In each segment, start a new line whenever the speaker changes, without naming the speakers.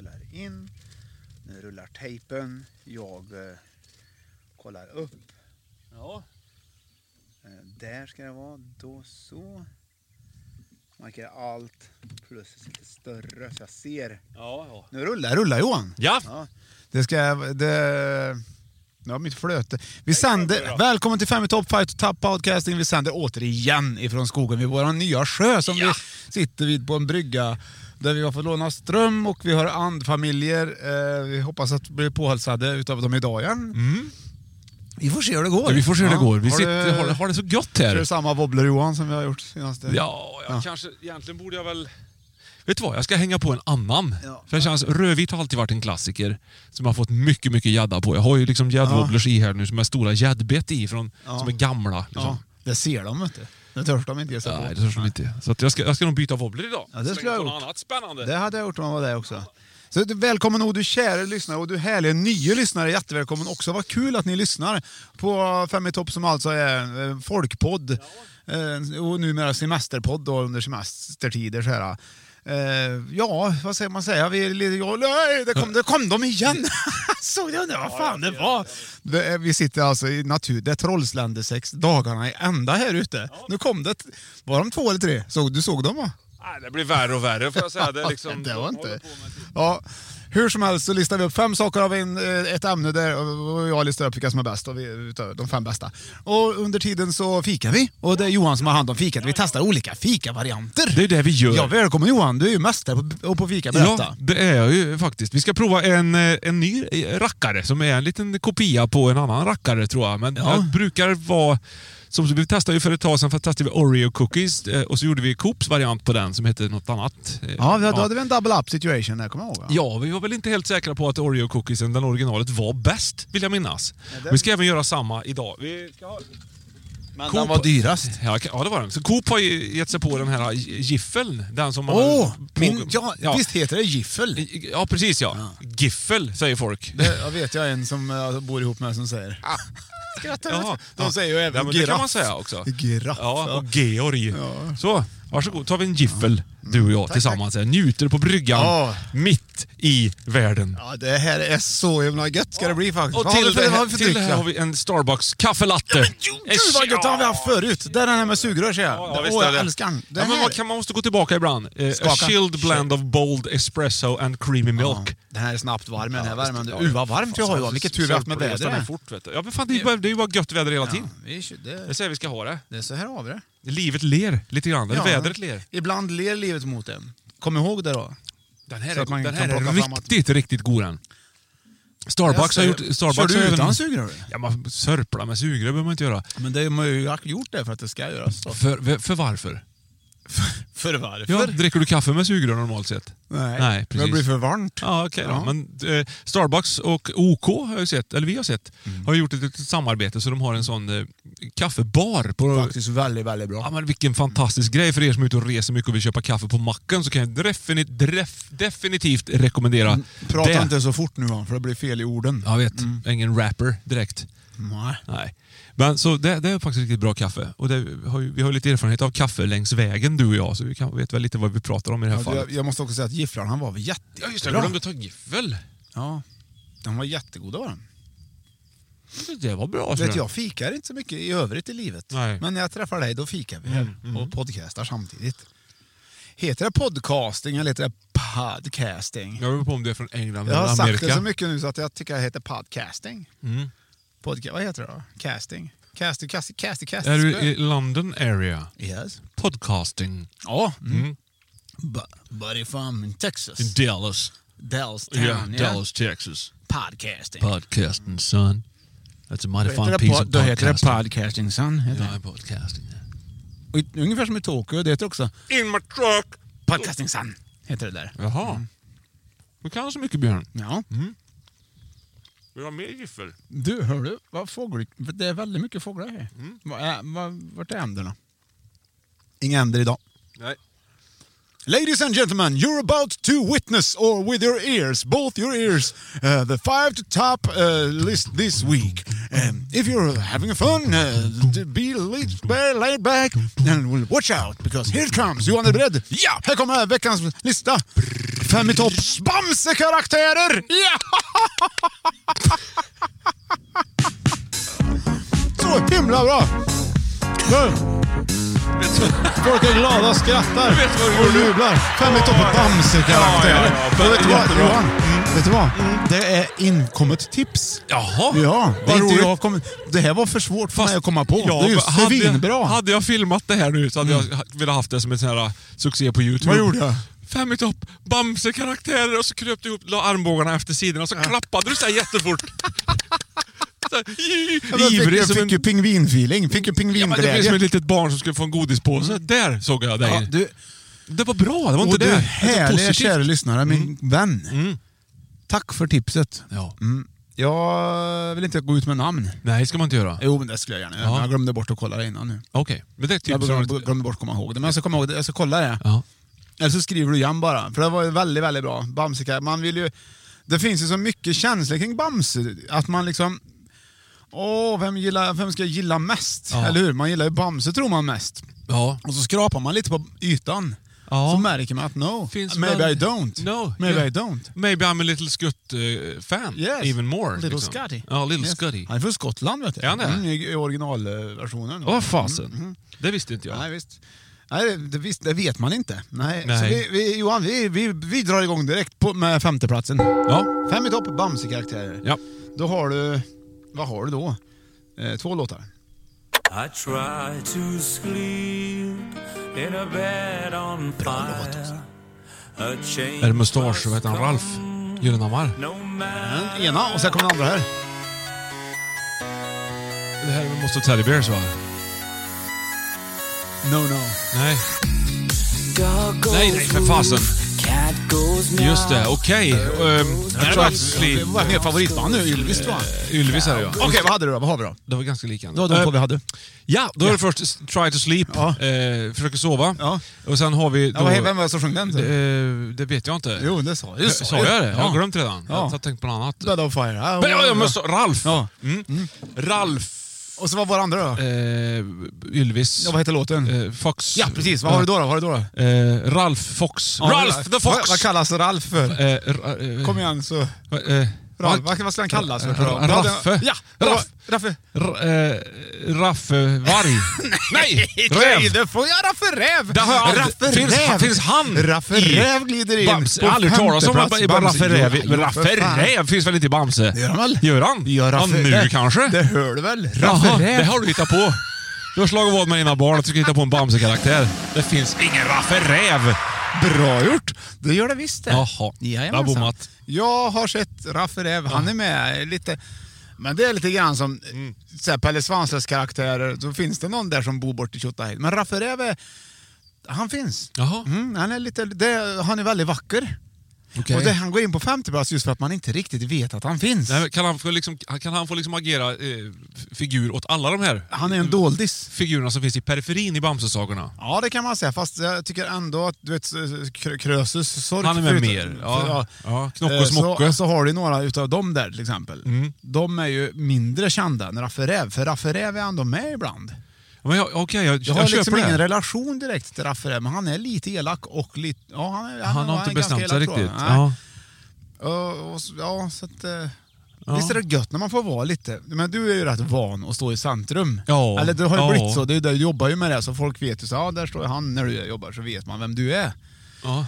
spelar in. Nu rullar tejpen. Jag eh, kollar upp.
Ja,
Eh, där ska det vara. Då så. Markerar allt. Plus är lite större så jag ser.
ja, ja.
Nu rullar rullar Johan.
Ja.
Det ska... Det... Nu har mitt flöte. Vi sänder, välkommen till Fem i topp, Fight och Tapp podcasting. Vi sänder återigen ifrån skogen vid vår nya sjö som
Ja.
vi sitter vid på en brygga. Där vi har fått låna ström och vi har andfamiljer. Eh, vi hoppas att bli påhälsade utav dem idag igen. Vi får se hur det går.
Mm. Ja, vi får se hur det
Ja.
går. Vi
Har
sitter, har, det- har det så gött
Kör
här.
du samma wobbler Johan som vi har gjort senaste?
Ja, jag
Ja.
kanske... Egentligen borde jag väl... Vet du vad? Jag ska hänga på en annan.
Ja.
För det känns, rödvit har alltid varit en klassiker som jag har fått mycket, mycket gädda på. Jag har ju liksom gäddwobblers i här nu som är stora gäddbett i, från,
Ja.
som är gamla. Liksom.
Ja, Det ser de inte. Det törs de inte ge sig på.
Nej, det törs de inte. Så att jag, ska, jag ska nog byta wobbler idag.
Ja, det
Slänga
skulle jag
på
ha
något
gjort.
annat spännande.
Det hade jag gjort om jag var där också. Så du- välkommen och du kära lyssnare och du härliga nya lyssnare. Jättevälkommen också. Vad kul att ni lyssnar på Fem i topp som alltså är en eh, folkpodd. Eh, Och numera semesterpodd då under semestertider. Så här. Eh, Ja, vad säger man säga? Vi är lite... Ja, nej, det kom, det kom de igen! Såg du undrar vad fan det var? Det är- Vi sitter alltså i natur. Det är Trollsländersex dagarna i ända här ute. Nu kom det... Var de två eller tre? Såg, du såg dem va?
Nej, det blir värre och värre får jag säga. Det, är liksom,
det var
de
inte...
håller på med- typ-
Ja, hur som helst så listar vi upp fem saker av en, eh, ett ämne där och jag listar upp vilka som är bäst och vi, utav de fem bästa. Och under tiden så fikar vi och det är Johan som har hand om fikat. Vi testar olika fikavarianter.
Det är det vi gör.
Ja, välkommen Johan. Du är ju mästare på, på fika. Berätta.
Ja, det är jag ju faktiskt. Vi ska prova en, eh, en ny eh, rackare som är en liten kopia på en annan rackare tror jag. Men
Ja.
den brukar vara... Som, vi testade ju för ett tag sedan, för testade vi Oreo cookies eh, och så gjorde vi Coops variant på den som hette något annat. Eh,
Ja, då hade vi en double up situation där, kommer jag ihåg. va?
Ja, vi var väl inte helt säkra på att Oreo cookiesen, den originalet, var bäst, vill jag minnas.
det-
Vi ska även göra samma idag. Vi ska ha...
Men
Coop-
den var dyrast.
Ja, ja, det var den. Så Coop har ju gett sig på den här gi- giffeln. Den som man...
Åh!
på-
min, ja, Visst heter det giffel?
Ja, precis ja. Giffel, säger folk.
Det jag vet jag en som jag bor ihop med som säger. Skrattar du?
Ja,
De
ja.
säger ju även
Ah. ja, men Det kan
giraff.
man säga också.
Giraff,
Ja,
ja.
och Georg.
Ja.
Så, varsågod. tar vi en giffel, du och jag, tillsammans här. Njuter på bryggan,
Ja.
mitt i världen.
Ja, det här är så himla gött ska det bli faktiskt.
Och
Vad har
till
vi för-
det
vad
här,
vi för
till det
dryck,
här
då?
har vi en Starbucks kaffelatte.
Gud vad gött, den har vi haft förut. Det är den här med sugrör ser jag.
Ja,
Åh,
visst är
jag
det.
älskar den. Det
Ja, men
här-
man, kan, man måste gå tillbaka ibland. Eh, a
Skaka.
chilled blend of bold espresso and creamy
Ja,
milk.
Den här är snabbt varm den här värmen.
Ja,
Du, uh, vad varmt jag har
fan,
Johan. Vilket
så-
tur vi har haft med
solblåst, den är
vädret.
fort, vet du. Ja, men fan, det, är ju bara, det är ju bara gött väder hela tiden.
vi kör-
Jag
det-
säger vi ska ha det.
Det är så här har vi det.
Livet ler lite grann. Eller
Ja.
vädret ler.
Ibland ler livet mot en. Kom ihåg det då.
Den här
Så
är,
att man
den
kan
här är
plocka fram
riktigt, riktigt god den. Starbucks har
Jag
gjort...
ser-
Starbucks
Kör du
har även-
utan sugrör?
Ja, man sörplar med sugrör behöver man inte göra.
Men det har man ju gjort det för att det ska göras.
För, för varför?
Varför, varför?
Ja, dricker du kaffe med sugrör normalt sett?
Nej,
Nej
det
precis.
blir för varmt.
Ja, okej då. Men eh, Starbucks och OK har jag sett, eller vi har sett,
Mm.
har gjort ett litet samarbete så de har en sån eh, kaffebar. På,
Faktiskt väldigt, väldigt bra.
Ja, men vilken fantastisk grej för er som är ute och reser mycket och vill köpa kaffe på macken så kan jag definit, dref, definitivt rekommendera
Mm, Prata
det.
inte Mm. så fort nu va, för det blir fel i orden.
Jag vet, ingen rapper direkt.
Nej.
Nej. Men så det, det är faktiskt riktigt bra kaffe. Och det har ju, vi har ju lite erfarenhet av kaffe längs vägen du och jag, så vi kan, vet väl lite vad vi pratar om i det här
Jag,
fallet.
jag måste också säga att gifflarna han var väl jättebra.
ta giffel.
Ja, de var jättegoda var de.
Det var bra.
Vet, jag fikar inte så mycket i övrigt i livet.
Nej. Mm.
Men när jag träffar dig, då fikar vi och podcastar samtidigt. Heter det podcasting eller heter det podcasting?
Jag vet på om det är från England
Jag
eller
har sagt
Amerika. Mm.
det så mycket nu så att jag tycker det heter podcasting. Podca- vad heter det då? Casting? Casting, casting, casting, casting.
Är du i London area?
Yes.
Podcasting.
Ja. Mm. Bu- Buddy from Texas.
Dallas.
Dallas town.
Yeah,
yeah.
Dallas, Texas.
Podcasting.
Podcasting son. That's a mighty
Då heter
fine
det
piece
pod-
of
då heter det
podcasting.
podcasting son. Heter det.
Ja, podcasting.
Och i- Ungefär som i Tokyo, det heter också
In my truck!
podcasting son. Heter det där.
Jaha. Du kan så mycket Björn.
Ja.
Vill du ha mer giffel?
Du, hör du? Vad fågel, det är väldigt mycket fåglar här. Mm. Var, vart är änderna? Inga änder idag.
Nej.
Ladies and gentlemen, you're about to witness, or with your ears, both your ears, uh, the five to top uh, list this week. Um, if you're having fun, uh, d- be laid, be laid back and we'll watch out because here it comes. Johan är beredd? Ja! Här kommer veckans lista. Fem i topps Bamse-karaktärer! Ja! Så himla bra! Nu. Folk är glada och skrattar
Vet du vad du
och
gjorde?
jublar. Fem i toppen Bamse-karaktär.
Ja, ja, ja.
Och Vet du vad,
Jättebra. Mm.
Johan? Vet du vad? Det är inkommet tips.
Jaha.
Ja, det,
Vad
är inte
roligt.
jag kommit, det här var för svårt för
Fast-
mig att komma på.
Ja,
det är just
hade,
svinbra.
Hade jag filmat det här nu så hade jag ha- velat haft det som en sån här uh, succé på Youtube.
Vad gjorde jag?
Fem i topp, Bamse-karaktärer och så kröp du ihop, la armbågarna efter sidorna och så klappade du så här jättefort. Så här, i-
Ja, men jag fick,
Ivrig
jag
som
fick
en...
ju pingvinfeeling. Fick ju
Ja, men det blev
pingvinglädje.
som ett litet barn som skulle få en godispåse. Där såg jag dig.
Mm. Ja, du,
Det var bra, det var
och
inte
du
det.
härliga
positivt. Mm.
kära lyssnare, min vän. Tack för tipset.
Ja.
Mm. Jag vill inte gå ut med namn.
Nej, ska man inte göra.
Jo, men det skulle jag gärna göra.
Ja.
Jag glömde bort att kolla det innan nu.
Okej, men det är typ
Jag
som-
glömde, glömde bort att komma ihåg det, men jag ska, komma ihåg det. jag ska kolla det.
Ja.
Eller så skriver du igen bara, för det var ju väldigt, väldigt bra. Bamse, man vill ju... Det finns ju så mycket känslor kring Bamse, att man liksom... Åh, vem, gillar, vem ska jag gilla mest?
Ja.
Eller hur? Man gillar ju Bamse tror man mest.
ja.
Och så skrapar man lite på ytan.
Ja.
Så märker man att no,
Finns
maybe
väl-
I don't.
No,
maybe
yeah.
I don't.
Maybe I'm a little scutt eh, fan.
Yes.
Even more.
Little
liksom.
Scotty.
Ja, little
Yes.
scutty.
Han är från Skottland vet du.
Är han det?
Mm, I i originalversionen. Mm,
Åh fasen. Det visste inte jag.
Nej, visst. Nej, det- det, visst, det vet man inte. Nej. Så
Nej.
vi, vi, Johan, vi, vi, vi drar igång direkt på, med femteplatsen.
Ja.
Fem i topp, Bamse-karaktärer.
ja.
Då har du... Vad har du då? Eh, två låtar.
I try to sleep in a bed on fire. A change
Är det mustasch?
must
Vad heter han?
come,
Ralf Gyllenhammar?
No matter
Den Mm, ena och sen kommer den andra här.
Det här är måste Teddy Bears va?
No, no.
Nej. Nej, nej för fasen. Just det, okej. Ehm, jag tror att
Det var mer favoritband nu, Ylvis va?
Ylvis är det ja.
Okej, vad hade du då? Vad har vi då? Eh,
Det var ganska liknande.
Det var de två
Ehm,
vi hade.
Ja, då är det först s- Try to sleep.
Ja.
Eh, försöker sova.
Ja.
Och sen har vi... Då,
Ja, vad, vem var det som sjöng den?
det, eh, det vet jag inte.
jo, det sa jag.
Sa jag det? Jag har glömt redan.
Ja.
Jag har tänkt på något annat.
Bed of Fire. Ah,
Men ja, jag måste, Ralf!
Ja.
Mm. Ralf
Och så vad var det andra då?
eh, Ylvis.
Ja, vad heter låten?
eh, Fox.
ja, precis. Vad har du då? Vad har du då?
Eh, Ralf Fox.
Ja,
Ralf the
Vad,
Fox!
vad kallas Ralf för?
Eh, ra- eh,
Kom igen så...
eh,
Ralf, vad, vad ska han kallas för? tror jag?
Raffe.
Ja,
Raff.
Raffe.
R- eh, Raffe Varg. Nej!
Nej,
Räv!
det får jag Raffe Räv!
Det har jag aldrig-
Raffe
finns-
Räv!
finns han
Raffe
i
Räv glider in.
Bamse.
på
Jag har aldrig hört talas om
femteplats.
att- bara Raffe Räv.
Jo, för
Raffe
fan.
Räv finns väl inte i Bamse?
Det gör han väl?
Gör han?
Ja, Raffe,
nu
det,
kanske?
Det hör du väl?
Jaha,
Raffe Räv.
det har du hittat på. Du har slagit vad med dina barn att du ska hitta på en Bamse-karaktär. Det finns ingen Raffe Räv.
Bra gjort! Det gör det visst det.
Jaha.
Jajamensan.
Jag har bommat.
Jag har sett Raffe Räv. Han är med lite... Men det är lite grann som
Mm.
så här, Pelle Svanslös karaktärer. Då finns det någon där som bor bort i Tjottahed. Men Raffe Räv är... han finns.
Jaha.
Mm, han, är lite, det, han är väldigt vacker.
Okej.
Och det, han går in på 50 plus just för att man inte riktigt vet att han finns.
Nej, men kan han få, liksom, kan han få liksom agera eh, f- figur åt alla de här
Han är en doldis.
figurerna som finns i periferin i Bamsesagorna?
Ja, det kan man säga. Fast jag tycker ändå att du vet, Kr- Krösus Sork...
Han är med
förutom-
mer. Ja.
för-
Ja, Knock och
Eh,
Smocke. Mm.
Så, så har du några utav dem där till exempel. De är ju mindre kända än Raffarev, för Raffarev är ändå med ibland.
Ja, Men jag, okej, jag,
Jag
jag,
har
köper
liksom
det.
ingen relation direkt till Raffarev, men han är lite elak och lite... Ja, han, är,
han har
är
inte
ganska
bestämt sig
elak, tror jag.
riktigt.
Nej.
Ja.
Och, och, så- ja, så att, eh, Visst är det gött när man får vara lite... Men du är ju rätt van att stå i centrum.
Ja,
Eller du har ju
ja.
blivit så. Du, du jobbar ju med det, så folk vet ju så, ja, där står han när du jobbar, så vet man vem du är.
Ja.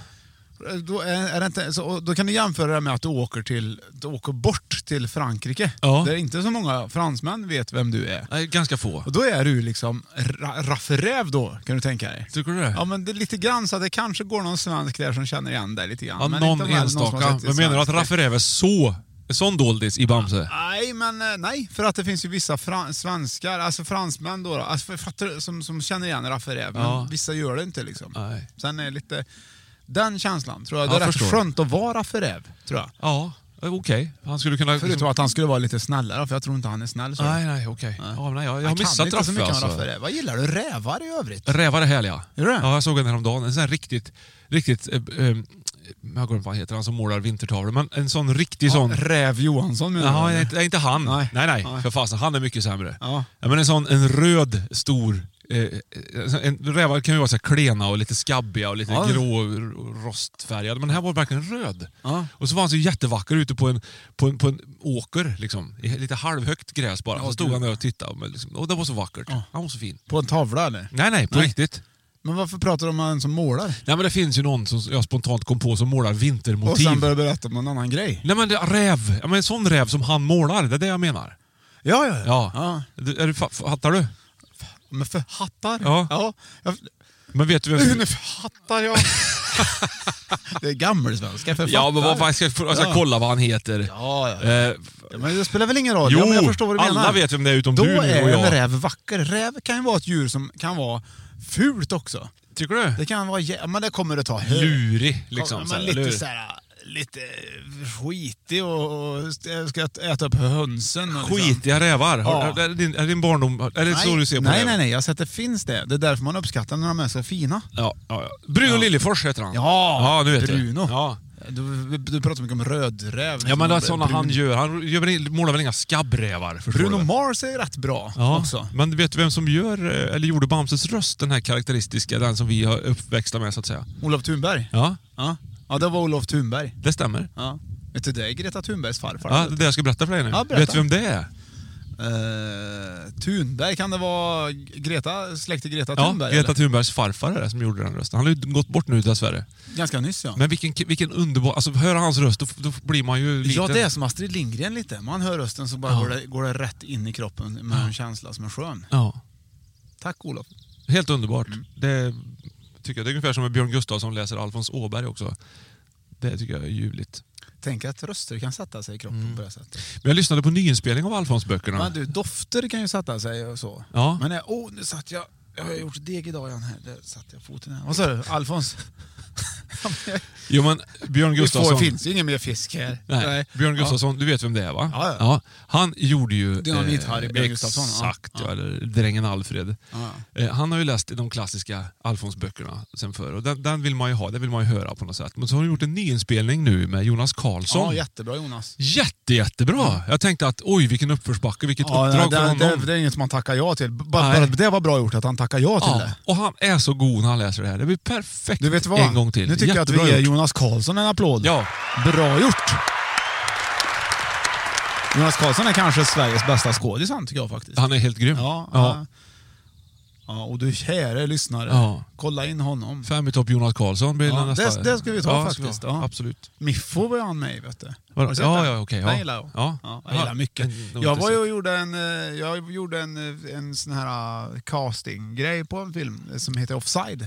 Då, är, är det inte, så, och då kan du jämföra det med att du åker, till, du åker bort till Frankrike.
Ja.
Där inte så många fransmän vet vem du är.
Nej, ganska få.
Och då är du liksom ra, Raffarev då, kan du tänka dig.
Tycker du det?
Ja, men det är lite grann så att det kanske går någon svensk där som känner igen dig lite grann.
Ja,
men
någon
inte väl någon som har
enstaka.
sett i
Men menar du att
svensk-
Raffarev är så, en sån doldis i Bamse?
Nej, men eh, nej, för att det finns ju vissa fran- svenskar, alltså fransmän då, då alltså, för- fattar, du? som, som känner igen Raffarev,
Ja.
men vissa gör det inte liksom.
Nej.
Sen är det lite den känslan, tror jag.
Ja,
Det är rätt
förstår.
skönt att vara Raffarev, tror jag.
Ja, eh, okej. Han skulle kunna... liksom-
Förutom att han skulle vara lite snällare, för jag tror inte han är snäll. Så.
Nej, nej, okej. Ja, nej, jag, jag har
Han kan
missat
inte så
Raffe
mycket om
alltså.
Raffarev. Vad gillar du rävar i övrigt?
Rävar är härliga.
Gör du det?
Ja, jag såg en häromdagen. En sån här riktigt, riktigt... Eh, eh, jag går inte vad han heter, han som målar vintertavlor. Men en sån riktig sån...
Räv Johansson menar
Jaha,
du?
nej, inte- inte han. Nej,
Nej.
nej.
Nej.
För fasen, han är mycket sämre.
Ja.
men en sån en röd, stor... Eh, en, rävar kan ju vara så här klena och lite skabbiga och lite
Ja.
grå och rostfärgade. Men den här var verkligen röd.
Ja.
Och så var han så jättevacker ute på en, på en, på en åker. Liksom. I lite halvhögt gräs bara. så stod han där och tittade. Men liksom, och det var så vackert. Han var så fin.
På en tavla eller?
Nej, nej, på riktigt.
Men varför pratar de om en som målar?
Nej, men det finns ju någon som jag spontant kom på som målar
Och
vintermotiv.
sen börjar berätta om en annan grej.
Nej, men det, räv. Ja, men en sån räv som han målar. Det är det jag menar.
Ja, ja,
Ja.
ja.
Du, är du, fa- fattar du?
Men för hattar?
Ja.
ja. Jag,
Men vet du vem
nu
som...
för hattar jag. det är gammelsvenska för
Ja, men vad
fattar.
fan, jag ska, jag ska
Ja.
kolla vad han heter.
Ja, ja.
Eh,
Ja, Men det spelar väl ingen roll?
Jo,
ja, men jag förstår vad du
alla
menar.
vet vem det är utom
Då
du nu och
är
jag.
en räv vacker. Räv kan ju vara ett djur som kan vara fult också.
tycker du?
Det kan vara... jä- Men det kommer att ta hö.
Lurig, liksom.
ja,
så här,
men
eller hur?
lite så här, lite skitig och, och ska jag äta upp hönsen. Och liksom.
Skitiga rävar. Har-
Ja.
Är, din, är din barndom... Är det så du ser på
nej,
räv?
nej, nej. Jag har sett att det finns det. Det är därför man uppskattar när de är så fina.
Ja, ja, ja. Bruno Liljefors heter han.
Ja,
ja nu vet
Bruno.
Du. Ja.
Du, du pratar mycket om rödräv. liksom,
ja, men det är
Brun-
sådana han gör. Han gör, väl- målar väl inga skabbrävar? förstår
Bruno
du?
Mars är rätt bra
Ja,
också.
men vet du vem som gör, eh, eller gjorde Bamses röst, den här karaktäristiska, den som vi har uppväxta med så att säga?
Olof Thunberg.
Ja,
Ja. ja, det var Olof Thunberg.
det stämmer.
Ja. Vet du, det är Greta Thunbergs farfar.
Ja, det är det jag ska berätta för dig nu.
Ja, berätta.
vet du vem det är?
Eh, Thunberg, kan det vara Greta, släkt till Greta
Ja,
Thunberg?
Greta
eller?
Thunbergs farfar är det som gjorde den rösten. Han har ju gått bort nu dessvärre.
Ganska nyss ja.
Men vilken, vilken underbar... Alltså, hör hans röst, då, då blir man ju liten.
Ja, det är som Astrid Lindgren lite. Man hör rösten så bara går, det, går det rätt in i kroppen med en känsla som är skön.
Ja,
Tack Olof.
helt underbart.
Mm.
Det tycker jag. Det är ungefär som med Björn Gustafsson läser Alfons Åberg också. Det tycker jag är ljuvligt.
Tänk att röster kan sätta sig i kroppen
Mm.
på det sättet.
Men jag lyssnade på nyinspelning av Alfons-böckerna.
Men du, dofter kan ju sätta sig och så.
Ja.
Men eh, oh, nu satt jag... Jag har gjort deg idag Jan. här. Där satte jag foten här. Vad sa du? Alfons?
Jo, men Björn
Vi
Gustafsson...
får, finns ju ingen mer fisk här.
Nej. Björn Gustafsson, du vet vem det är va?
Ja, ja.
han gjorde ju... eh,
Dynamit-Harry Björn Gustafsson, ja.
Exakt, ja. eller Drängen Alfred. Eh, han har ju läst de klassiska Alfons-böckerna sen förr och den, den vill man ju ha, det vill man ju höra på något sätt. Men så har de gjort en nyinspelning nu med Jonas
Ja,
Karlsson.
ja jättebra Jonas.
Jätte, jättebra! Jag tänkte att oj vilken uppförsbacke, vilket uppdrag för
det,
honom.
det, det är inget man tackar ja till. B- Bara,
Nej.
bara det var bra gjort att han tackar ja till
ja,
det.
och han är så god när han läser det här. Det blir perfekt
Du vet vad?
en gång till.
Nu tycker jag att vi ger
gjort.
Jonas Karlsson en applåd.
Ja.
Bra gjort! Jonas Karlsson är kanske Sveriges bästa skådis han, tycker jag faktiskt.
Han är helt grym.
Ja,
Ja.
ja. ja, och du käre lyssnare.
Ja.
Kolla in honom.
Fem i topp Jonas Karlsson blir
Ja,
den nästa.
det- det ska vi ta
Ja, ska
faktiskt,
vi ha.
ja.
Absolut.
Miffo var ju han med i, vet du.
Vadå?
Har du sett
Ja,
den?
ja, okej, ja.
Den gillar jag.
Ja.
jag gillar
Ja,
mycket.
den- den var
Jag var ju
intressant.
och gjorde en, eh, jag gjorde en, eh, en sån här eh, casting-grej på en film eh, som heter Offside.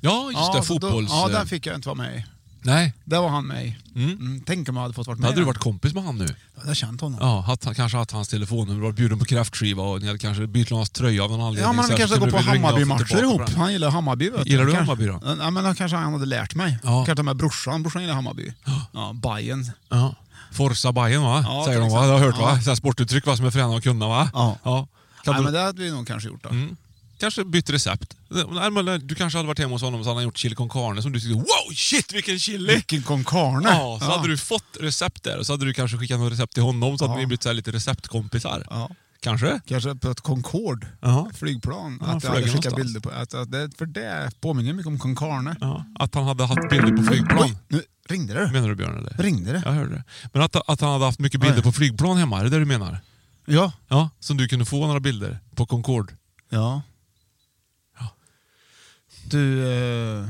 Ja, just det.
så då-
Fotbolls...
Ja, den fick jag inte vara med i.
Nej.
Det var han med i.
Mm.
Mm, tänk om jag hade fått vara med.
Då hade
i
du
den.
varit kompis med han nu.
Då hade jag känt honom.
Ja, haft, han- kanske haft hans telefonnummer, varit bjuden på kräftskiva och ni hade kanske bytt någons tröja av någon anledning.
Ja, man
Så här,
kanske
så
går
kunde
på
du bli ringd av och
Hammarby-matcher
tillbaka
ihop.
på den.
Han gillar Hammarby. Vet
Gillar du
Kanske-
Hammarby då?
Ja, men då kanske han hade lärt mig.
Ja.
Kanske med brorsan. Brorsan gillar Hammarby. Ja, Bayern.
Ja. Forza Bayern va?
Ja,
Säger de va?
exakt.
Det har jag hört va?
Ja.
Så här sportuttryck va? som är för henne att kunna va?
Ja.
Kan
Nej,
du... Mm.
men det hade vi nog kanske gjort då.
Kanske bytt recept. Nej, men Du kanske hade varit hemma hos honom så hade han gjort chili con carne som du tyckte wow shit vilken chili!
Vilken con carne!
Ja, så hade du fått recept där och så hade du kanske skickat något recept till honom så hade ni blivit så här lite receptkompisar.
Ja.
Kanske?
Kanske på ett Concorde
Ja.
flygplan.
Ja,
att jag
flög
hade skickat
någonstans.
bilder på. Att, att det, för det påminner mycket om con carne.
Ja. Att han hade haft bilder på flygplan.
Oj, nu ringde det.
Menar du Björn? Eller?
Ringde det?
Jag hörde det. Men att, att han hade haft mycket bilder
Oj.
på flygplan hemma, är det det du menar?
Ja.
Ja, som du kunde få några bilder på Concorde.
Ja. Du... Eh,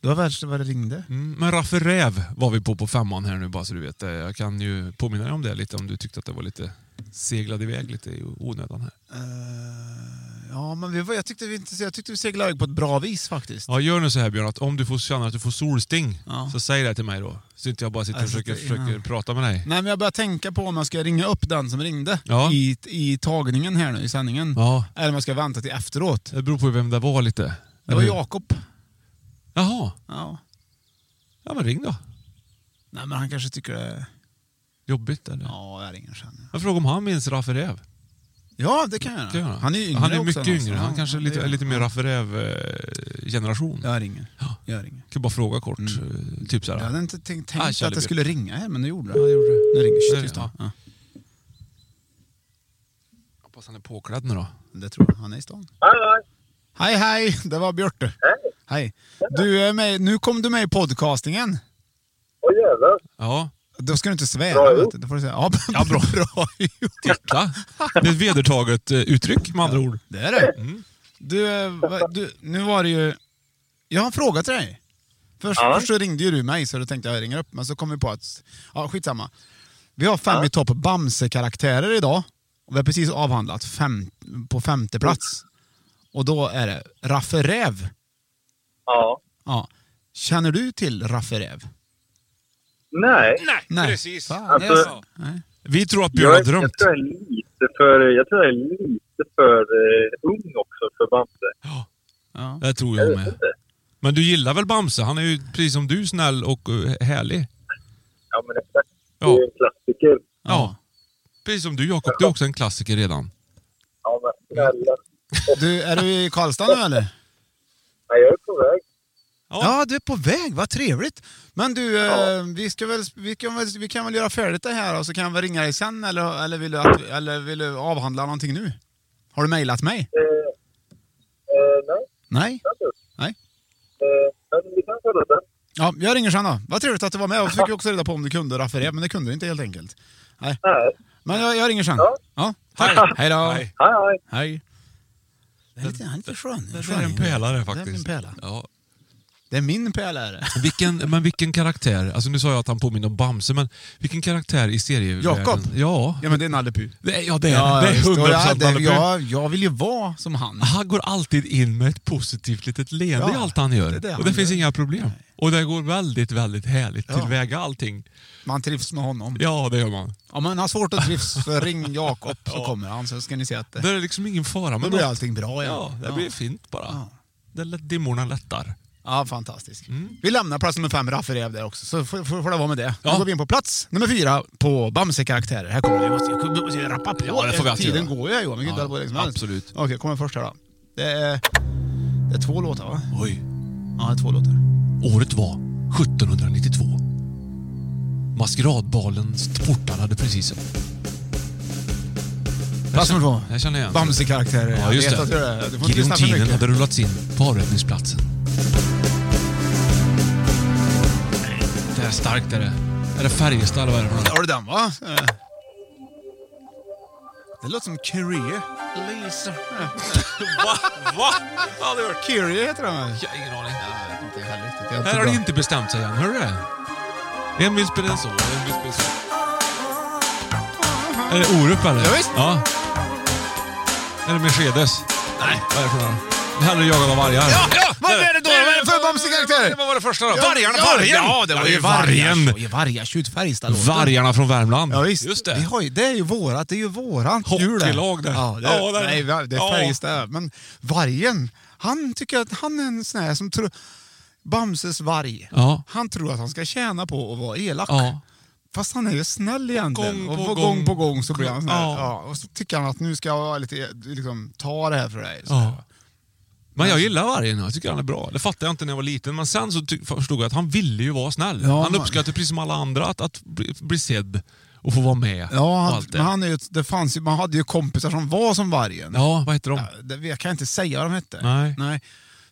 det var värst vad det ringde.
Mm, Men Raffe Räv var vi på på femman här nu bara så du vet. Eh, Jag kan ju påminna dig om det lite om du tyckte att det var lite seglad iväg lite i onödan här.
Ja, men vi var, jag, tyckte vi inte, jag tyckte vi seglade iväg på ett bra vis faktiskt.
Ja, gör nu så här Björn, att om du får känna att du får solsting
Ja.
så säg det till mig då. Så inte jag bara sitter och
Jag
försöker,
sitter- ja.
försöker prata med dig.
Nej, men jag börjar tänka på om jag ska ringa upp den som ringde
Ja.
i, i tagningen här nu i sändningen.
Ja.
Eller om jag ska vänta till efteråt.
Det beror på vem det var lite.
Det var
Eller hur?
Jakob.
Jaha.
Ja.
Ja men ring då.
Nej, men han kanske tycker det...
Jobbigt eller?
Ja, jag ringer sen.
Jag frågar om han minns Raffe Räv.
Ja, det kan jag
Kan jag
göra.
göra?
Han är ju yngre
Han är
också
mycket
än oss.
yngre. Han
Ja,
kanske är lite,
det
är lite mer Raffe Räv-generation.
Jag ringer.
Ja.
Jag ringer.
Kan bara fråga kort.
Mm.
eh, Typ så här.
Jag hade inte tänkt,
Ah,
tänkt att
Kjelleby.
det skulle ringa här, men det gjorde det.
Ja, det gjorde det.
Nu ringer
Nu,
det. Tyst då.
ja.
Ja.
Hoppas han är påklädd nu då.
Det tror jag. Han är i stan. Hej, hej! Det var Björte. Hej. Du är med, nu kom du med i podcastingen.
Ja.
Då ska du inte svära. Vet du. Då får du säga, ja, ja, bra. bra gjort.
Titta! Det är ett vedertaget eh, uttryck med andra ord.
Det är det. Du, eh, va- du, nu var det ju... Jag har en fråga till dig. Först, först så ringde ju du mig, så då tänkte jag jag ringer upp, men så kom vi på att... Ja, skitsamma. Vi har fem i topp Bamse-karaktärer idag. Och vi har precis avhandlat fem, på femte plats. Och då är det Raffe Räv.
Ja.
Ja. Känner du till Raffe Räv?
Nej.
Nej.
Precis.
Fan,
Alltså-
det är så. Nej.
Vi tror att Björn
Jag,
har
jag tror
drömt.
jag är lite för, jag tror jag är lite för eh, ung också för Bamse.
Ja.
Det tror jag med. Men du gillar väl Bamse? Han är ju precis som du snäll och eh, härlig.
Ja, men exakt. Det
Ja.
är en klassiker.
Ja. Precis som du Jakob. Du är också en klassiker redan.
Ja, men snälla.
Du, är du i Karlstad nu eller?
Ja, jag är på väg.
Ja.
Ja, du är på väg. Vad trevligt. Men du, eh, vi, ska väl, vi, kan väl, vi kan väl göra färdigt det här och så kan jag väl ringa dig sen eller, eller, vill, du att, eller vill du avhandla någonting nu? Har du mejlat mig?
Eh, eh, nej,
Nej?
alltså.
Nej.
Eh, men vi kan kolla sen.
Ja, jag ringer sen då. Vad trevligt att du var med. Och så fick jag också reda på om du kunde rafferera, men det kunde du inte helt enkelt. Nej.
Nej.
Men jag, jag ringer sen.
Ja.
Ja. Hej. Hej då.
Hej.
Hej, hej.
Hej. Det är lite, han är lite skön.
Det där är en pärlare faktiskt.
Det är min pärla.
Ja.
Det är min pärla är det.
Vilken, men vilken karaktär, alltså nu sa jag att han påminner om Bamse, men vilken karaktär i serievärlden?
Jakob?
Ja.
Ja, men det är Nalle Puh.
Det är, ja, det är, det är
visst. Och
100%
jag, det,
Nalle Puh.
jag, jag vill ju vara som han.
Han går alltid in med ett positivt litet leende
Ja,
i allt han gör.
det är det han
och det finns
gör.
inga problem. Och det går väldigt, väldigt härligt
Ja.
tillväga allting.
Man trivs med honom.
Ja, det gör man.
Om man har svårt att trivas, så ring Jakob så kommer han så ska ni se att det,
Det är liksom ingen fara
då
med
blir
något.
allting bra igen.
Ja, det
ja.
blir fint bara.
Ja.
Det lä- dimmorna lättar.
Ja, fantastiskt. Vi lämnar plats nummer fem, Rafferev, där också, så får, får får det vara med det.
Ja.
Nu går vi in på plats nummer fyra på Bamse-karaktärer. Här kommer det. Vi måste, vi måste rappa på.
Ja, det får vi alltid
Tiden
göra.
går ju här Johan, vi kan inte hålla
Ja,
på hur länge som helst.
absolut.
Okej, kommer först här då. Det är, det är två låtar va?
Oj.
Ja, det är två låtar.
Året var 1792. Maskeradbalens portar hade precis öppnat.
Plats nummer två.
Jag känner igen.
Bamse-karaktärer.
Ja, just
jag vet att
det.
du gör det. Du får inte lyssna för
Giljotinen
mycket.
hade rullats in på avrättningsplatsen. Det är starkt. Är det, är det Färjestad eller vad är det för något?
Har du den va? Eh. Det låter som Kyrie. Lisa.
Va? Va? Aldrig hört.
Kyrie heter den väl?
Jag har ingen aning.
Inte heller riktigt. Jag är
Här har
bra.
ni inte bestämt sig än, hör du det? En vill spela en så, en vill spela så. Är det Orup eller?
Ja, visst.
Ja. Är det Mercedes?
Nej.
Vad är det för några? Hellre jagad av vargar.
Ja, ja, vad är det då? Vad är det för bamsig karaktär?
Vad var det första då?
Ja,
Vargarna på
ja,
vargen!
ja, det var ju
vargen.
Vargars- Vargartjut Färjestad-låten.
Vargarna från Värmland.
Ja, visst.
Mm. Just
Vi
det.
har ju, det är ju vårat, det är ju våran
Hockeylag där.
Ja, det,
Ja, där.
nej, det
Ja.
är Färjestad. Men vargen, han tycker att han är en sån här som tror... Bamses varg.
Ja.
Han tror att han ska tjäna på att vara elak.
Ja.
Fast han är ju snäll egentligen.
Gång
och
på
på gång,
gång.
på gång så blir han sån här.
Ja.
Ja. Och så tycker han att nu ska jag vara lite, liksom, ta det här för dig. Så
Ja. Men jag gillar vargen. Jag tycker han är bra. Det fattade jag inte när jag var liten. Men sen så ty- förstod jag att han ville ju vara snäll.
Ja,
han
men-
uppskattar precis som alla andra att, att bli, bli sedd och få vara med.
Ja,
och
han,
allt det.
men han är ju, det fanns ju, man hade ju kompisar som var som vargen.
Ja, vad heter de?
Det, jag kan inte säga vad de hette.
Nej.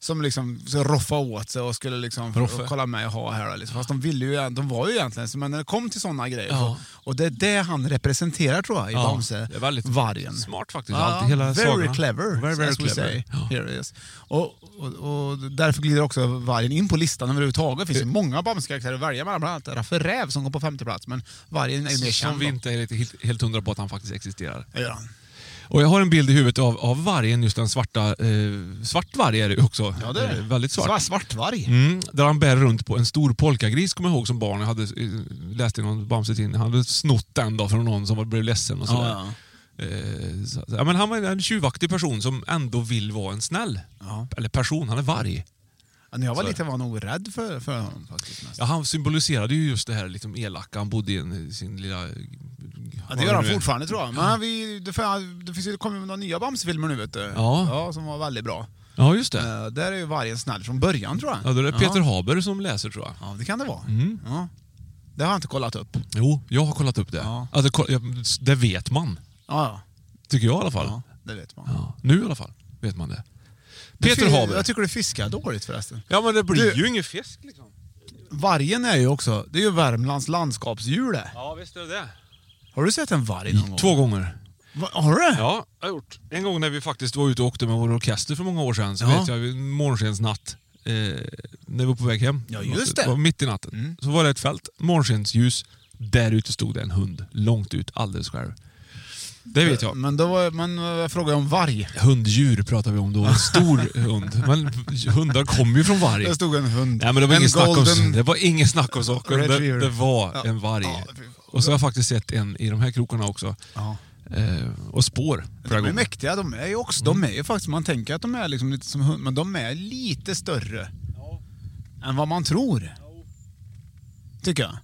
Som liksom så roffade åt sig och skulle liksom,
Roffe.
kolla mig och ha här. Liksom. Fast de ville ju, egent- de var ju egentligen, så- men när det kom till sådana grejer.
Ja.
Så, och det är det han representerar tror jag i Bamse.
det är väldigt
vargen.
smart faktiskt, allt- hela
very
sagorna.
clever.
Very, very
as we
clever.
say.
Ja.
Here it is. Och, och, och därför glider också vargen in på listan överhuvudtaget. Det finns ju många Bamse-karaktärer att välja mellan. Bland annat Raffe Räv som går på femte plats, men vargen är ju mer känd.
Som vi
då.
inte är helt, helt, helt hundra på att han faktiskt existerar.
Ja.
Och jag har en bild i huvudet av, av vargen, just den svarta... Eh, svart varg är det ju också.
Ja, det är det.
Eh, Väldigt svart.
Svart, svartvarg.
Mm, där han bär runt på en stor polkagris, kommer jag ihåg som barn. Jag hade eh, läst i någon Bamse-tidning. Han hade snott den då från någon som var- blev ledsen och sådär.
Ja,
Eh, så, ja, men han var en tjuvaktig person som ändå vill vara en snäll. Eller person, han är varg.
Ja, När jag var liten var jag nog rädd för, för honom faktiskt. mest.
Ja, han symboliserade ju just det här liksom elaka. Han bodde i en, sin lilla...
Ja, det gör han fortfarande tror jag. Men vi, det, fin- det finns ju- det kommer ju några nya Bamse-filmer nu vet du.
Ja.
som var väldigt bra.
Ja, just det.
Eh, där är ju vargen snäll från början tror jag.
Ja, då är det Peter Mm. Haber som läser tror jag.
Ja, det kan det vara. Ja. Det har jag inte kollat upp.
Jo, jag har kollat upp det.
Ja.
Alltså, ko- ja, det vet man.
Ja, ja.
Tycker jag i alla fall.
ja
Ja.
det vet man.
Nu i alla fall vet man det.
Du,
Peter
fi-
Haber.
Jag tycker du fiskar dåligt förresten.
Ja, men det blir
Du-
ju ingen fisk liksom.
Vargen är ju också, det är ju Värmlands landskapsdjur det.
Ja, visst är det det.
Har du sett en varg någon gång?
Två gånger.
Va, har du det?
Ja, jag har gjort. En gång när vi faktiskt var ute och åkte med vår orkester för många år sedan, så
Ja.
vet jag, en morgonskensnatt, eh, när vi var på väg hem.
Ja, just det. Mm.
var mitt i natten. Så var det ett fält, morgonskensljus. Där ute stod det en hund, långt ut, alldeles själv. Det vet jag.
Men då var, men eh, jag frågade om varg.
Hunddjur pratar vi om då, en stor hund. Men hundar kommer ju från varg.
Det stod en hund.
Nej, men det var
en
ingen snack om,
golden-
det var ingen snack om saken. Det,
Retriever.
det var
Ja.
en varg.
Ja, fy fan.
och så har jag faktiskt sett en i de här krokarna också.
Ja.
Eh, och spår. flera
De är
gånger.
mäktiga, de är ju också. De
Mm.
är ju faktiskt, man tänker att de är liksom lite som hund, men de är lite större. Än vad man tror. Tycker jag.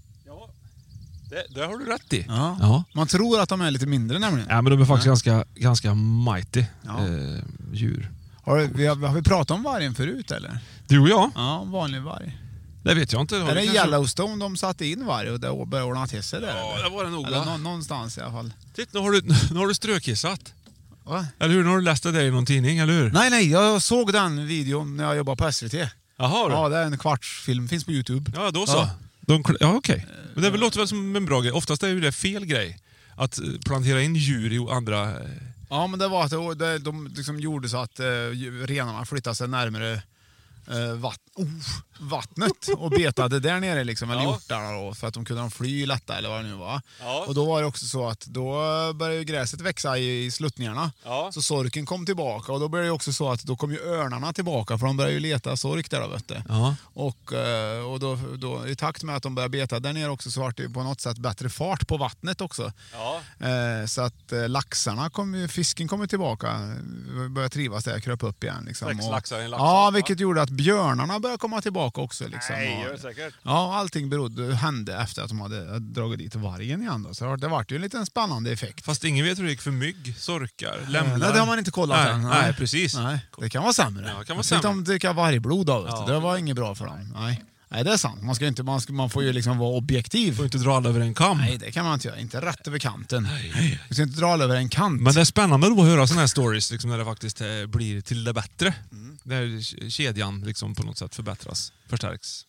Det, det har du rätt i.
Ja.
Ja.
Man tror att de är lite mindre nämligen.
Ja, men de är faktiskt ganska, ganska mighty
Ja.
eh, djur.
Har, vi, har vi pratat om vargen förut eller?
Du och jag?
Ja, vanlig varg.
Det vet jag inte.
Är det
Kanske-
Yellowstone de satte in varg och det började ordna till sig där?
Ja,
eller?
det var det nog.
Eller nå,
va?
någonstans i alla fall.
Titt, nu har du, nu har du strökissat.
Va?
Eller hur? Nu har du läst det där i någon tidning, eller hur?
Nej, nej, jag såg den videon när jag jobbade på SVT.
Jaha, du.
Ja,
Ja,
det är en kvartsfilm, finns på Youtube.
då så.
Ja. Eh,
De, kl- ja, okej. Men det väl låter väl som en bra grej. Oftast är ju det fel grej. Att eh, plantera in djur i andra... eh,
Ja, men det var att det, det, de liksom gjorde så att eh, ju- renarna flyttade sig närmare eh, vatt, oh, vattnet och betade där nere, liksom, eller
Ja.
hjortarna då, för att de kunde de fly lättare eller vad det nu var.
Ja.
Och då var det också så att då började ju gräset växa i, i sluttningarna.
Ja.
Så sorken kom tillbaka och då blev det också så att då kom ju örnarna tillbaka för de började ju leta sork där då, vet du.
Ja.
Och, eh, och då, då, i takt med att de började beta där nere också så var det ju på något sätt bättre fart på vattnet också. Eh, så att eh, laxarna kom ju, fisken kom ju tillbaka, började trivas där, kröp upp igen. Liksom.
Sex
Och-
laxar i en laxhål,
Ja,
va?
vilket gjorde att björnarna började komma tillbaka också. Liksom.
Nej,
Och-
gör det säkert.
Ja, allting berodde, hände efter att de hade dragit dit vargen igen. Då. Så det vart ju en liten spännande effekt.
Fast ingen vet hur det gick för mygg, sorkar, lämlar.
Nej, det har man inte kollat
nej,
än.
Nej, precis.
Nej, det kan vara sämre.
Ja, det kan vara
Tänk
sämre.
om dricka vargblod då, vet du.
Ja.
Det var inget bra för dem. Nej. Nej, det är sant. Man, ska inte, man, ska, man får ju liksom vara objektiv.
Får inte dra alla över en kam.
Nej, det kan man inte göra. Inte rätt över kanten. Du ska inte dra alla över en kant.
Men det är spännande då att höra sådana här stories liksom, när det faktiskt eh, blir till det bättre.
Mm.
När k- kedjan liksom, på något sätt förbättras, förstärks.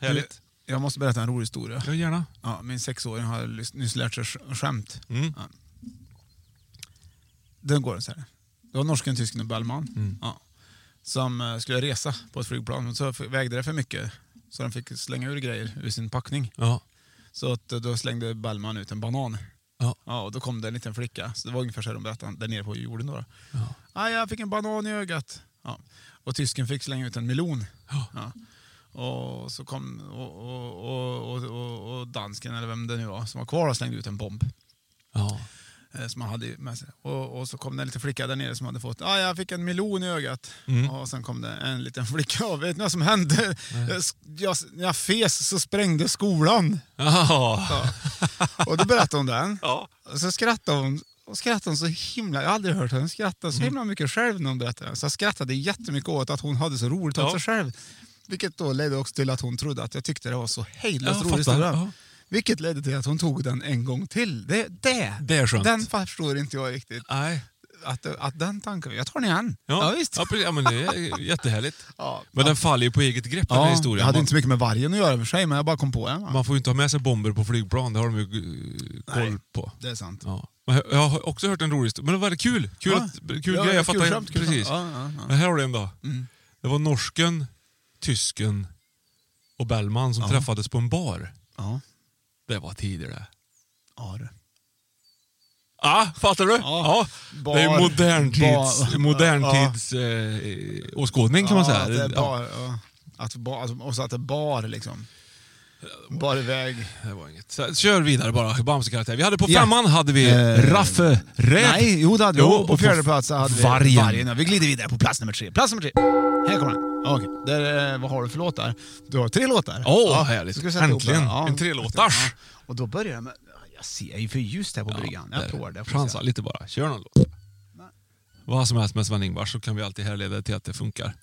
Härligt.
Jag måste berätta en rolig historia.
Ja, gärna.
Ja, min sexåring har lys- nyss lärt sig sk- skämt.
Mm.
Ja. Den går så här. Det var norsken, tysken och Bellman.
Mm.
Ja. Som eh, skulle resa på ett flygplan, men så f- vägde det för mycket. Så de fick slänga ur grejer ur sin packning.
Ja.
Så att, eh, då slängde Bellman ut en banan.
Ja.
Ja, och då "Ah, kom det en liten flicka. Så det var ungefär så här de berättade där nere på jorden. Då. då. Ja. jag fick en banan i ögat. Ja. Och tysken fick slänga ut en melon. Ja. Och så kom och, och, och, och, och, och dansken, eller vem det nu var, som var kvar och slängde ut en bomb.
Ja.
eh, som han hade med sig. Och, och så kom det en liten flicka där nere som hade fått, ah, jag fick en miljon i ögat.
Mm.
Och sen kom det en liten flicka, och vet ni vad som hände? Jag, sk- jag, när jag fes så sprängde skolan.
Ja.
Och då berättade hon den.
Ja.
Och så skrattade hon. Och skrattade hon så himla, jag har aldrig hört henne skratta
Mm.
så himla mycket själv när hon berättade den. Så jag skrattade jättemycket åt att hon hade så roligt åt
Ja.
sig själv. Vilket då ledde också till att hon trodde att jag tyckte det var så hejdlöst
Ja,
rolig
fattar.
historia.
Ja.
Vilket ledde till att hon tog den en gång till. Det, det,
Det är skönt.
Den förstår inte jag riktigt.
Nej.
Att, att den tanken, jag tar den igen.
Ja,
visst.
Ja, precis. ja, men det är jättehärligt.
Ja.
Men den faller ju på eget grepp den
Ja,
här historien.
jag hade
Man-
inte så mycket med vargen att göra i och för sig, men jag bara kom på en. va?
Man får ju inte ha med sig bomber på flygplan, det har de ju eh, koll
Nej.
på.
Det är sant.
Ja. Men jag- Jag har också hört en rolig historia, men det var kul. Kul,
Ja.
att, kul
Ja,
grej,
kul
jag fattar
skämt, kul skämt.
precis.
Ja, ja, Mm. ja.
Men Här har du en då. Det var norsken, tysken och Bellman som träffades på en bar.
Ja,
Det var tider det.
ja du.
Ja, fattar du?
Ja.
Ja.
Bar-
det är modern tids,
bar-
modern
ja.
tids eh, åskådning kan man
Ja,
säga.
att det är
Ja.
bar, ja. Att bar, alltså, och så att det är bar liksom. Bar iväg.
Det var inget. Så, kör vidare bara, Bamse-karaktär. Vi hade på
Ja.
femman hade vi
Eh,
Raffe Räv.
Nej, jo det hade vi.
Jo,
Jo,
och
på
på
fjärde plats så hade vi
vargen.
ja. Vi glider vidare på plats nummer tre. Plats nummer tre. Här kommer den. Ja, Okej, Där, eh, vad har du för låtar? Du har tre låtar.
Åh, härligt.
då ska vi sätta ihop
Äntligen.
den.
En trelåtars.
Ja. Och då börjar jag med... Jag ser ju för ljust här på bryggan. Jag provar det. får
Chansa
se.
lite bara. Kör någon låt. Vad som helst med Sven-Ingvars så kan vi alltid härleda det till att det funkar.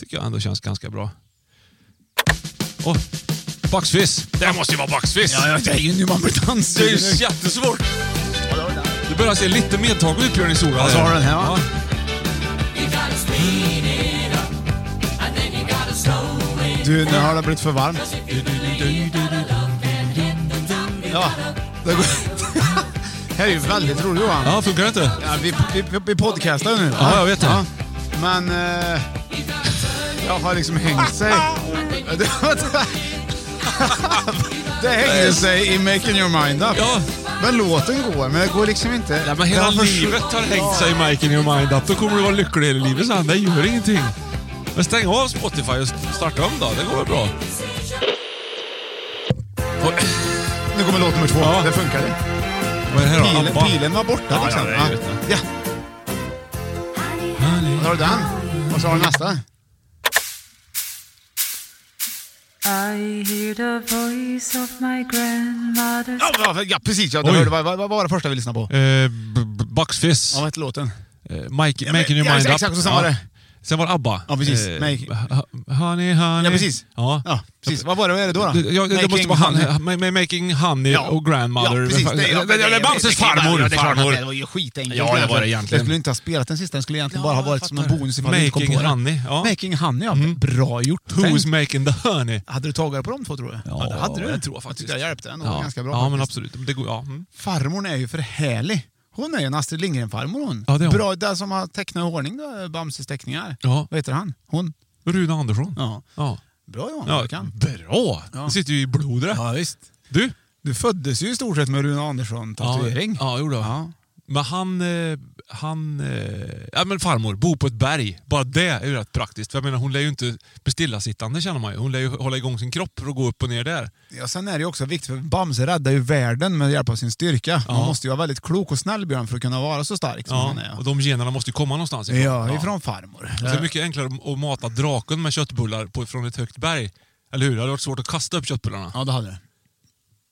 Tycker jag ändå känns ganska bra. Åh, Baxfiss! Det här måste ju vara Baxfiss!
Ja, ja, det är ju nu man blir
Det är ju
danssugen.
jättesvårt! Det börjar se lite medtagen ut, Björn i solen.
Ja, så har den här, va? Du, nu har det blivit för varmt. Ja, det går... Det här är ju väldigt roligt Johan.
Ja, funkar det inte?
Ja, vi, vi, vi- vi podcastar ju nu. va?
Ja, jag vet det.
Men eh, jag har liksom hängt sig. det hängde sig i Making Your Mind Up.
Ja.
Men låten går, men det går liksom inte.
Ja, men hela
Jag förs-
livet har hängt sig i Mike in your mind up. Då kommer du vara lycklig hela livet, sen. Det gör ingenting. Men stäng av Spotify och starta om då. Det går väl bra. Oj,
Nu kommer låt nummer två.
Ja.
Det funkar det.
Vad är det här då?
Pilen,
Abba?
pilen var borta
Ja,
liksom.
ja, det
Ja,
är ute.
ja. Och så har du den. Och så har du nästa.
I hear the voice of my grandmother.
Ja, ja, ja precis. Ja, du
Oj.
hörde, vad, vad vad var det första vi lyssnade på?
Eh, b- b- Bucksfizz.
Ja, vad hette låten?
Eh, Mike,
Ja, men-
making your
ja,
mind
exakt,
up.
exakt, och sen var det-
Sen var det ABBA.
Ja, precis. Make-
Make... Honey, honey.
Ja, precis.
Ja.
Ja, precis. Vad var det? Vad är det då? då?
Det, ja, det, det måste
Making
vara honey.
honey.
Ma- ma- Making honey och grandmother.
Ja, precis.
Vem fan-
ja,
det, det, det är Bamses farmor.
Ja, det är klart att
farmor.
Det var ju skitenkelt.
Ja, det var det
Jag
egentligen.
skulle inte ha spelat den sista. Den skulle egentligen
Ja,
bara ha
jag
varit som en
fattar.
bonus ifall du inte kom på
Making
den.
honey, ja.
Making honey, ja. Bra gjort.
Who's
Tänk.
making the honey?
Hade du tagit på de två tror du? det hade du.
jag tror jag faktiskt.
tyckte jag hjälpte den. Det var
Ja,
ganska bra
ja men
faktiskt.
absolut. Det går, ja. Mm.
Farmorn är ju för härlig. Hon är ju en Astrid Lindgren-farmor hon.
Ja, det är hon.
Bra, den som har tecknat i ordning då, Bamses teckningar.
Ja.
Vad heter han? Hon?
Rune Andersson.
Ja.
Ja.
Bra Johan,
Ja,
du kan.
Bra!
Ja.
Det sitter ju i blodet.
Ja, visst.
Du?
Du föddes ju i stort sett med Rune Andersson-tatuering.
Ja, jo då.
Ja.
Men han... eh, han eh, ja, men farmor, bo på ett berg. Bara det är ju rätt praktiskt. För jag menar, hon lär ju inte bli stillasittande känner man ju. Hon lär ju hålla igång sin kropp för att gå upp och ner där.
Ja, sen är det ju också viktigt, för Bamse räddar ju världen med hjälp av sin styrka. Man
Ja.
måste ju vara väldigt klok och snäll Björn för att kunna vara så stark som han är.
Och de generna måste ju komma någonstans ifrån.
Ja, ifrån farmor.
Så det är mycket enklare att mata draken med köttbullar på, från ett högt berg. Eller hur? Det hade varit svårt att kasta upp köttbullarna.
Ja, det hade du.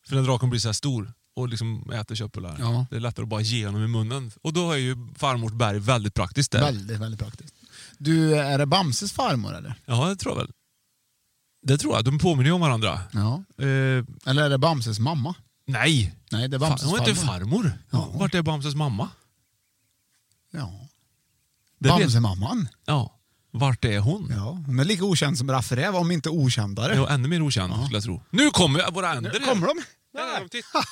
För när draken blir så här stor och liksom äter köttbullar.
Ja.
Det är lättare att bara ge honom i munnen. Och då är ju farmors berg väldigt praktiskt där.
Väldigt, väldigt praktiskt. Du, är det Bamses farmor eller?
Ja, det tror jag väl. Det tror jag. De påminner ju om varandra.
Ja.
Eh,
Eller är det Bamses mamma?
nej!
Nej, det är
Fan,
Bamses
hon var
farmor.
inte farmor.
Ja.
Vart är Bamses mamma?
Ja.
Det vet-
Bamsemamman.
Ja. Vart är hon?
Ja, hon är lika okänd som Raffe Räv, om inte okändare.
Ja, ännu mer okänd skulle jag tro. Nu kommer våra änder
Nu
igen.
kommer de.
Nej, nej, de tittar.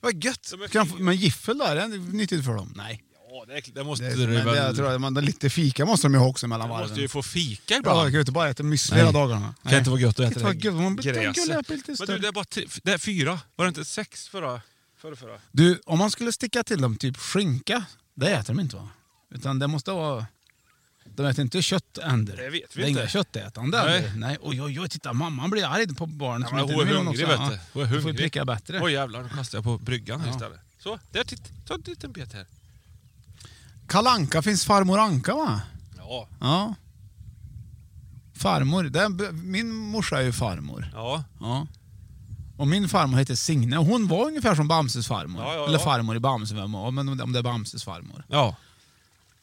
Vad gött!
De är
Kan de få-
fina.
Men giffel då, är det nyttigt för dem? Nej.
Ja, det, är- det måste
Det,
det,
men det,
väl...
jag tror att man, lite fika måste de ju ha också mellan
de
varven.
måste ju få fika
Ja,
ibland.
jag kan ju inte bara äta müsli hela
Nej.
dagarna.
Kan inte vara gött att
det.
äta
Kan
det
inte vara gött. Man blir- tänker att läppa lite
Men du, det
större.
är bara tre, det är fyra. Var det inte sex förra? Förra, förra?
Du, om man skulle sticka till dem typ skinka, det äter de inte va? Utan det måste vara...
De äter inte köttänder. Det
vet
vi det är
inte.
inga köttätande
Nej.
änder. Nej. Oj, oj, oj, titta mamman blir arg på barnet.
Ja, men
inte
hon är
vill någon
hungrig
också.
vet du.
Ja.
Hon är
Då får vi
hungrig.
pricka bättre.
Oj jävlar, nu kastar jag på bryggan här
Ja.
istället. Så, där titta. Ta en liten bit här.
Kalanka finns farmor Anka va?
Ja.
Ja. Farmor. Det är, min morsa är ju farmor.
Ja.
Ja. Och min farmor hette Signe. Hon var ungefär som Bamses farmor.
Ja, ja, ja.
Eller farmor i Bamse, vem var- men om det är Bamses farmor.
Ja.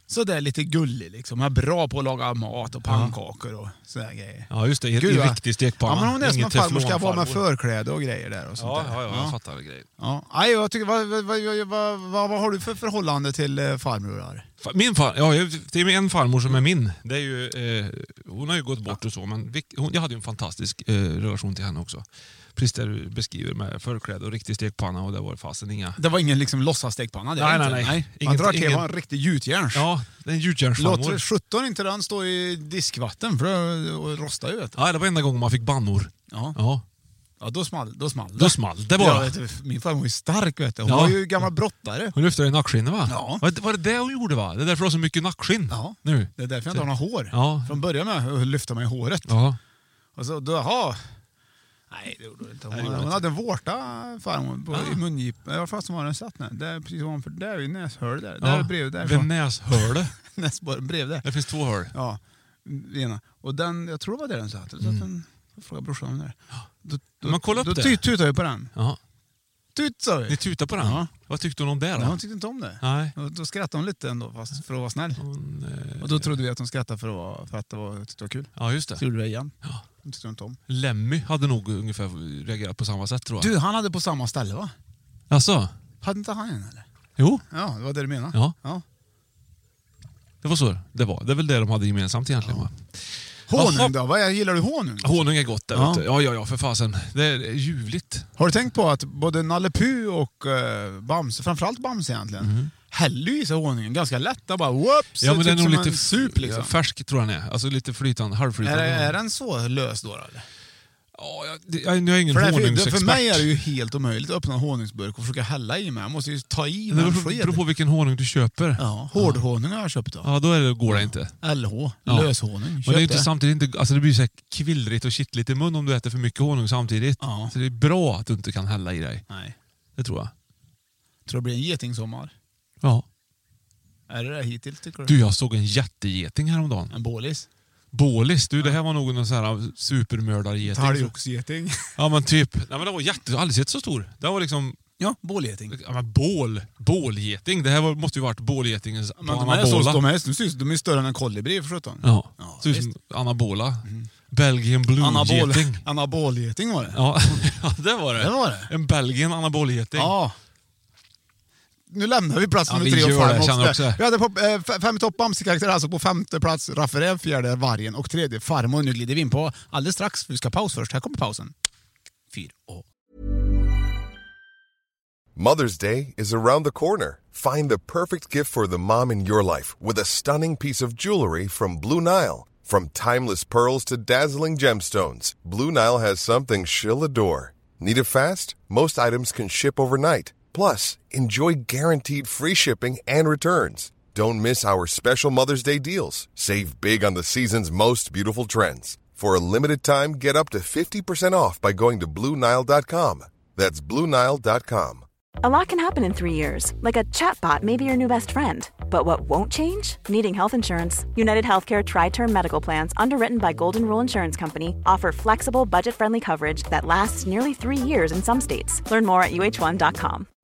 Så det är lite gullig liksom. Hon är bra på att laga mat och pannkakor och sådär grejer.
Ja, just det. I,
Gud,
i
va?
riktig stekpanna.
Ja, men hon är som
Ingen
en farmor ska vara
teflonfarmor.
med förkläde och grejer där och sånt
Ja,
där.
ja, ja, jag fattar grejen.
Ja. Aj, jag tycker, vad, vad, vad, vad, vad, vad har du för förhållande till eh, farmor?
Fa- Min far, ja, jag- det är en farmor som är min. Det är ju, eh, hon har ju gått bort och så, men vilk, hon, jag hade ju en fantastisk eh, relation till henne också. Precis det du beskriver med förkläde och riktig stekpanna och det var fasen inga...
Det var ingen liksom låtsastekpanna? det
Nej,
är det
nej,
inte.
nej.
Man
Ingen-
drar till
ingen-
var en riktig gjutjärns.
Ja, det är en
Låter
gjutjärnsfarmor.
17 inte den stå i diskvatten för det rostar ju. Vet du.
Ja, det var enda gången man fick bannor.
Ja.
Ja.
Ja, då small, då small det.
Då small det bara.
Ja, vet du, min farmor var ju stark vet du. Hon
Ja.
var ju gammal brottare.
Hon lyfte dig i nackskinnet va?
Ja.
Var, det- var det det hon gjorde va? Det är därför du har så mycket nackskinn
Ja.
nu.
Det är därför jag inte har några hår.
Ja.
Från början med att lyfta mig i håret.
Ja.
Och så, då, jaha. Nej, det gjorde hon inte. Hon,
Nej, det gjorde
hon
hon
hade en vårta farmor på,
Ah.
i mungipan. Var fast hon har den satt nu. Där, precis ovanför där vid näshålet där.
Ja.
Där bredvid där.
Vid näshålet.
Näsborren bredvid
Det
där.
finns två hål.
Ja. Ena. Och den, jag tror det var där den satt. Så att den, jag frågade brorsan om det. Då, då,
Mm. Men kolla upp
då
det.
tut- tutade jag på den.
Ja.
Tut sa
Ni
vi.
tutade på den?
Ja.
Vad tyckte hon om det då?
Nej, hon tyckte inte om det.
Nej.
Och då skrattade hon lite ändå fast för att vara snäll.
Hon, eh,
Och då trodde vi att hon skrattade för att, vara, för att det var, tyckte det var kul.
Ja, just
Så
det.
gjorde vi det igen.
Ja.
Hon tyckte inte om.
Lemmy hade nog ungefär reagerat på samma sätt tror jag.
Du, han hade på samma ställe va?
Alltså?
Hade inte han en eller?
Jo,
Ja, det var det du menade?
Ja. det var så det var. Det är väl det de hade gemensamt egentligen va?
Honung
Jaha.
då? Vad är, gillar du honung?
Honung är gott det
Ja.
vet du. Ja, ja, ja, för fasen. Det är ljuvligt.
Har du tänkt på att både Nalle Puh och uh, Bamse, framförallt Bamse egentligen, häller ju i sig honungen ganska lätt. Det bara whoops!
Mhm. Ja, men
typ
den är nog
som
lite
en sup liksom.
färsk tror jag den är. Alltså lite flytande,
är,
halvflytande.
är den så lös då? Eller?
Ja, jag, det- jag, jag är ingen
För, det är, för-
honungsexpert.
för mig är det ju helt omöjligt att öppna en honungsburk och försöka hälla i mig. Jag måste ju ta i
Det
med en
beror,
sked.
beror på vilken honung du köper.
Ja, hårdhonung har jag köpt då.
Ja, då är det, går det inte.
LH,
Ja.
löshonung.
Men
Köp
det är
det.
ju inte samtidigt inte, alltså det blir så här kvillrigt och kittligt i mun om du äter för mycket honung samtidigt.
Ja.
Så det är bra att du inte kan hälla i dig.
Nej.
Det tror jag.
Tror det blir en getingsommar?
Ja.
Är det det hittills tycker du?
Du, jag såg en jättegeting häromdagen.
En bålis?
Bålis, du det här var nog någon sån här supermördargeting.
Talgoxgeting?
Ja men typ. Nej, men den var jätte, jag har aldrig sett så stor. Den var liksom,
Ja, bålgeting.
ja, men bål, bålgeting. Det här var, måste ju varit bålgetingens
Men de,
anabola.
är så, de, är, de, syns, de är större än en kolibri för sjutton.
Ja,
Ja, Mm.
ser ut som anabola. Belgian
Anabol,
blue-geting.
anabolgeting var det.
Ja, ja, det var det.
Det var det.
En Belgian anabolgeting.
Ja. Nu lämnar vi plats
Ja,
nummer
vi
tre och
gör
fem
det,
också.
känner också.
Vi hade på, eh, f- fem i topp Bamse-karaktärer, alltså på femte plats Raffarin, fjärde Vargen och tredje Farmor. Nu glider vi in på alldeles strax, för vi ska ha paus först. Här kommer pausen. Fyra och...
Mother's Day is around the corner. Find the perfect gift for the mom in your life with a stunning piece of jewelry from Blue Nile. From timeless pearls to dazzling gemstones, Blue Nile has something she'll adore. Need it fast? Most items can ship overnight. Plus, enjoy guaranteed free shipping and returns. Don't miss our special Mother's Day deals. Save big on the season's most beautiful trends. For a limited time, get up to 50% off by going to BlueNile.com. That's BlueNile.com.
A lot can happen in three years, like a chatbot may be your new best friend. But what won't change? Needing health insurance. United Healthcare Tri Term Medical Plans, underwritten by Golden Rule Insurance Company, offer flexible, budget friendly coverage that lasts nearly three years in some states. Learn more at uh1.com.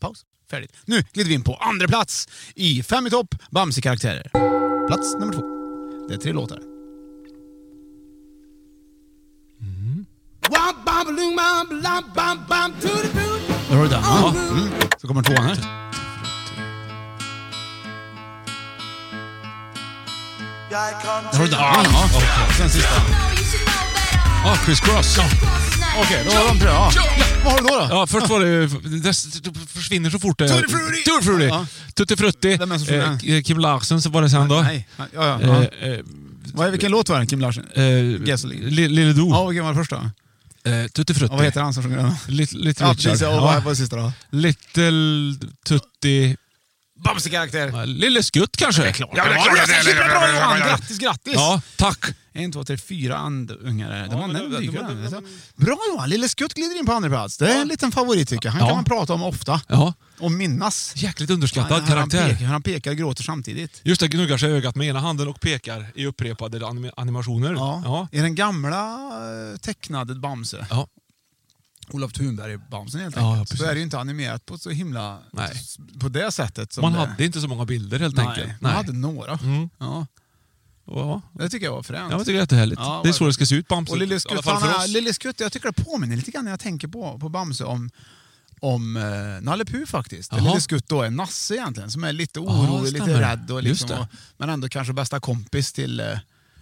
Paus. Färdigt. Nu glider vi in på andra plats i Fem i topp Bamse-karaktärer. Plats nummer två. Det är tre låtar.
Womp, bom, balloon, bom, lomp, bom, bom, tootie, toot.
Mm. Där har du den. Ja. Mm. Så kommer tvåan här. Har du den? Ja, ja. Sen sista.
Ja, Chris Cross.
Okej, då har de tre. Ja. Vad har du då? då?
Ja, först var det ju... Det s- det försvinner så fort det...
Tutti Frutti!
Tutti Frutti!
Ja.
Tutti Frutti.
Vem är som sjunger
Eh, Kim Larsen, så var det sen då.
Nej. Ja, ja, ja.
Eh, eh,
Vad är, vilken låt var det, Kim Larsen?
eh,
Gasoline.
Li- Lille Do.
Ja, vilken var det första?
Eh, Tutti Frutti.
Ja, vad heter han som sjunger den?
Little, Little
Ja,
Richard.
precis. Och vad var det sista då?
Little Tutti...
Bamse-karaktär.
Ja, Lille Skutt kanske?
Det är klart. Ja, det är klart. Det är superbra Johan! Grattis, grattis!
Ja, tack.
En, två, tre, fyra andungar. är det. De andra dyker.
Bra Johan! Lille Skutt glider in på andra plats. Det är en liten favorit tycker jag. Han
Ja.
kan man prata om ofta.
Ja.
Och minnas.
Jäkligt underskattad
han, han,
karaktär.
pekar, han pekar och gråter samtidigt.
Just det, gnuggar sig i ögat med ena handen och pekar i upprepade anim- animationer.
Ja.
Ja.
I den gamla eh, tecknade Bamse,
Ja.
Olof Thunberg-Bamsen helt
Ja, ja,
enkelt,
precis.
så är det ju inte animerat på så himla...
Nej.
På det sättet. Som
Man
det.
hade inte så många bilder helt
Nej,
enkelt.
man hade några.
Mm.
Ja.
Ja.
Det tycker jag var fränt.
Ja, men det är jättehärligt.
Ja,
det är
vad-
så det ska se ut Bamse.
Och
I
Lille
alla
Skutt,
fall för
han,
oss.
Lille Skutt, jag tycker det påminner lite grann när jag tänker på, på Bamse om, om eh, Nalle Puh faktiskt. Där
Jaha.
Lille Skutt då är Nasse egentligen, som är lite
Ja, det
orolig, lite
stämmer.
rädd och
Just
liksom,
det.
och, men ändå kanske bästa kompis till, eh,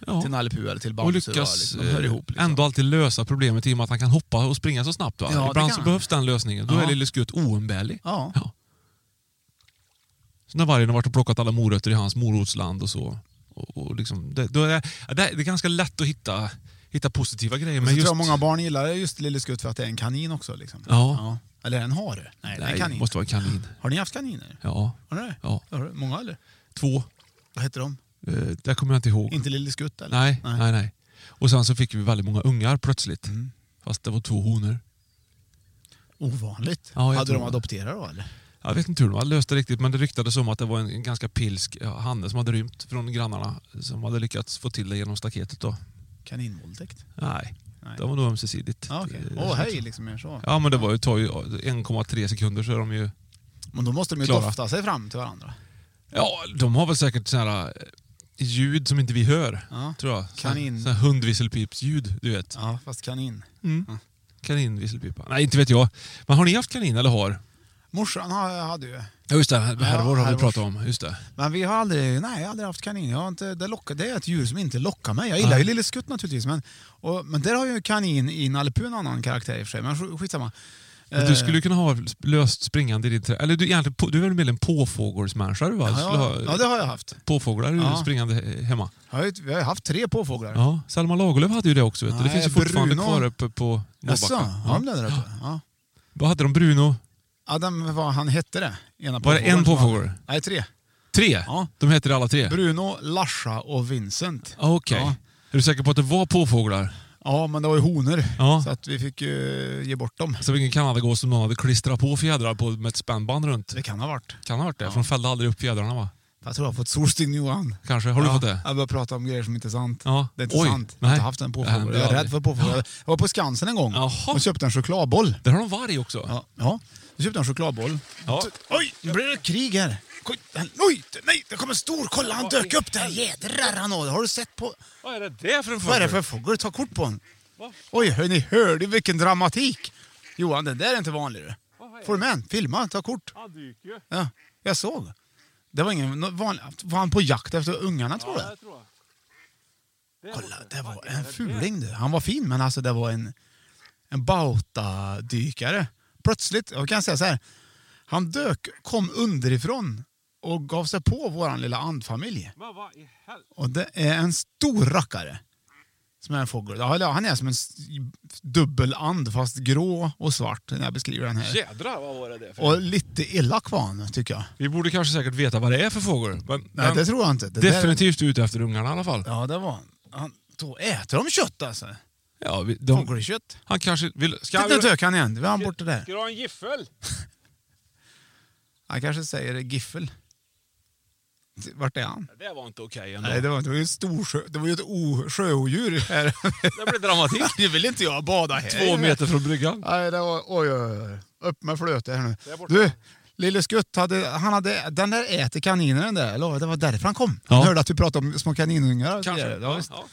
Ja.
till Nalle Puh eller till Bamse.
och lyckas
va, liksom, hör
eh,
ihop. Liksom.
ändå alltid lösa problemet i och med att han kan hoppa och springa så snabbt. Va?
Ja, det
Ibland
kan
så
han.
behövs den lösningen. Då
Ja.
är Lille Skutt oumbärlig.
Ja.
Ja. Så när vargen har varit och plockat alla morötter i hans morotsland och så. Och, och liksom, det, då är det, ja, det, det är ganska lätt att hitta, hitta positiva grejer.
Men
Men
så
just,
tror jag många barn gillar just Lille Skutt för att det är en kanin också. Liksom.
Ja.
Eller en hare. Nej, det är en
nej, det
kanin.
måste vara en kanin.
Har ni haft kaniner?
Ja.
Har ni det?
Ja.
Har du? Många eller?
Två.
Vad heter de?
Eh, det kommer jag inte ihåg.
Inte Lille Skutt eller?
Nej, nej, nej, Och sen så fick vi väldigt många ungar plötsligt.
Mm.
Fast det var två honor.
Ovanligt.
Ja, jag
Hade
tror
de
det.
adopterat då eller?
Jag vet inte hur de hade löst det riktigt, men det ryktades om att det var en, en ganska pilsk ja, hanne som hade rymt från grannarna. Som hade lyckats få till det genom staketet då.
Kaninvåldtäkt?
Nej,
Nej.
det var nog ömsesidigt.
Ja, okej.
Eh,
Åh, hej liksom mer så.
Ja, men det var ju, tar ju 1,3 sekunder så är de ju...
Men då måste de ju
Klara.
dofta sig fram till varandra.
Ja, de har väl säkert såna här eh, ljud som inte vi hör.
Ja.
Tror jag. Såna-
Kanin.
Såna här hundvisselpipsljud, du vet.
Ja, fast kanin.
Mm. Kaninvisselpipa. Nej, inte vet jag. Men har ni haft kanin eller har?
Morsan har- hade ju.
Ja, just det. Härvor har
härvor.
vi pratat om. Just det.
Men vi har aldrig, nej, jag har aldrig haft kanin. Jag har inte, det, lockar, det är ett djur som inte lockar mig. Jag gillar
Nej.
ju Lille Skutt naturligtvis. Men, och, men där har ju kanin i Nalle Puh en annan karaktär i och för sig. Men sk- skitsamma.
Men
Eh.
Du skulle kunna ha löst springande i din trädgård. Eller du, egentligen, på- du är väl mer en påfågelsmänniska? Du, va? Du
ja,
skulle ha
ja, ja, det har jag haft.
Påfåglar
Ja.
ja. springande he- hemma.
Jag har ju vi har ju haft tre påfåglar.
Ja, Selma Lagerlöf hade ju det också. Vet du. Det
Nej,
finns ju fortfarande
Bruno.
kvar uppe på
Jaså,
Norrbacka.
har de det där uppe? Ja.
Vad hade de? Bruno?
ja den, vad han hette det? Ena
Var det
påfågeln
en
som
påfågel?
var- Nej, tre.
Tre?
Ja.
De heter alla tre?
Bruno, Larsa och Vincent.
Ah, Okej.
Ja.
Är du säker på att det var påfåglar?
Ja, men det var ju honor.
Ja. Alltså-
Så att vi fick ju ge bort dem.
Så vilken kanadagås som någon hade klistrat på fjädrar på med ett spännband runt?
Det kan ha varit.
Kan ha varit det, för de fällde aldrig upp fjädrarna va?
Jag tror jag har fått solsting nu Johan.
Kanske. Har du
ja,
fått det?
Jag börjar prata om grejer som inte är sant.
Ja.
Det är inte
Oj,
sant. Jag har
nej.
inte haft en
Det
påfågel.
händer
Jag är rädd
aldrig.
för påfågel. Jag var på Skansen en gång
Jaha.
och köpte en chokladboll.
Där har de varg också.
Ja. ja. Då köpte jag en chokladboll.
Ja.
Oj, nu blir det krig här. Oj, den- Oj, nej, det kommer en stor. Kolla, han dök upp där. Jädrar han har. Har du sett på...
Vad är det där för en fågel?
Vad är det för fågel? Ta kort på honom. Oj, hörni, hörde ni vilken dramatik? Johan, det där är inte vanligt. du. Får du med en? Filma, ta kort. Ja, jag såg. Det var ingen nå- vanlig... Var han på jakt efter ungarna tror jag? Kolla, det var en fuling du. Han var fin, men alltså det var en, en bautadykare. Plötsligt, jag kan säga så här. Han dök, kom underifrån och gav sig på våran lilla andfamilj. Och det är en stor rackare. Som är en fågel. Ja, eller ja, Han är som en s- dubbel and fast grå och svart när jag beskriver den här.
Jädrar vad var det där för
Och lite elak var han tycker jag.
Vi borde kanske säkert veta vad det är för fågel. Men,
Nej,
men
det tror jag inte. Det där-
definitivt ute efter ungarna i alla fall.
Ja, det var han. han då äter de kött alltså?
Ja, vi, de,
Fågelkött.
han kanske vill... Ska
Titta,
han,
nu dök han igen. Nu var han borta där.
du ha en giffel?
Han kanske säger giffel. Vart är han?
Det var inte okej ändå.
Nej, det var, det var ju ett storsjö... Det var ju ett o- sjöodjur här.
Det blev dramatik.
Nu vill inte jag bada här.
Två meter från bryggan.
Nej, det var... Oj, oj, oj. Upp med flöte här nu. Du, Lille Skutt, hade, han hade, den där äter kaniner den där. Eller, vad? det var därför han kom.
Ja.
Han hörde att vi pratade om små kaninungar. och så
Kanske.
vidare. Ja,
Ja,
visst.
ja.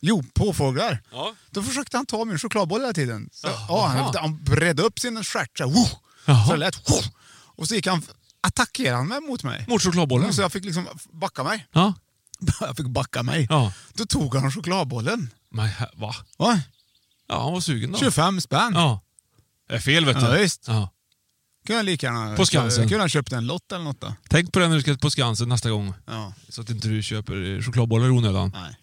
Jo, påfåglar.
Ja.
Då försökte han ta min chokladboll hela tiden. Så, ja,
Jaha.
han, han bredde upp sin stjärt så, här, woo,
Jaha.
så det lät woo, Och så gick han, attackerade han mig mot mig.
Mot chokladbollen?
Så jag fick liksom backa mig.
Ja.
jag fick backa mig.
Ja.
Då tog han chokladbollen.
Men he- va?
Va?
Ja, han var sugen då.
25 spänn.
Ja. Det är fel vet du.
Ja, visst.
Ja.
Kunde jag lika gärna...
På Skansen.
Kunde han köpt en lott eller något då?
Tänk på det när du ska på Skansen nästa gång.
Ja.
Så att inte du köper eh, chokladbollar i onödan.
Nej.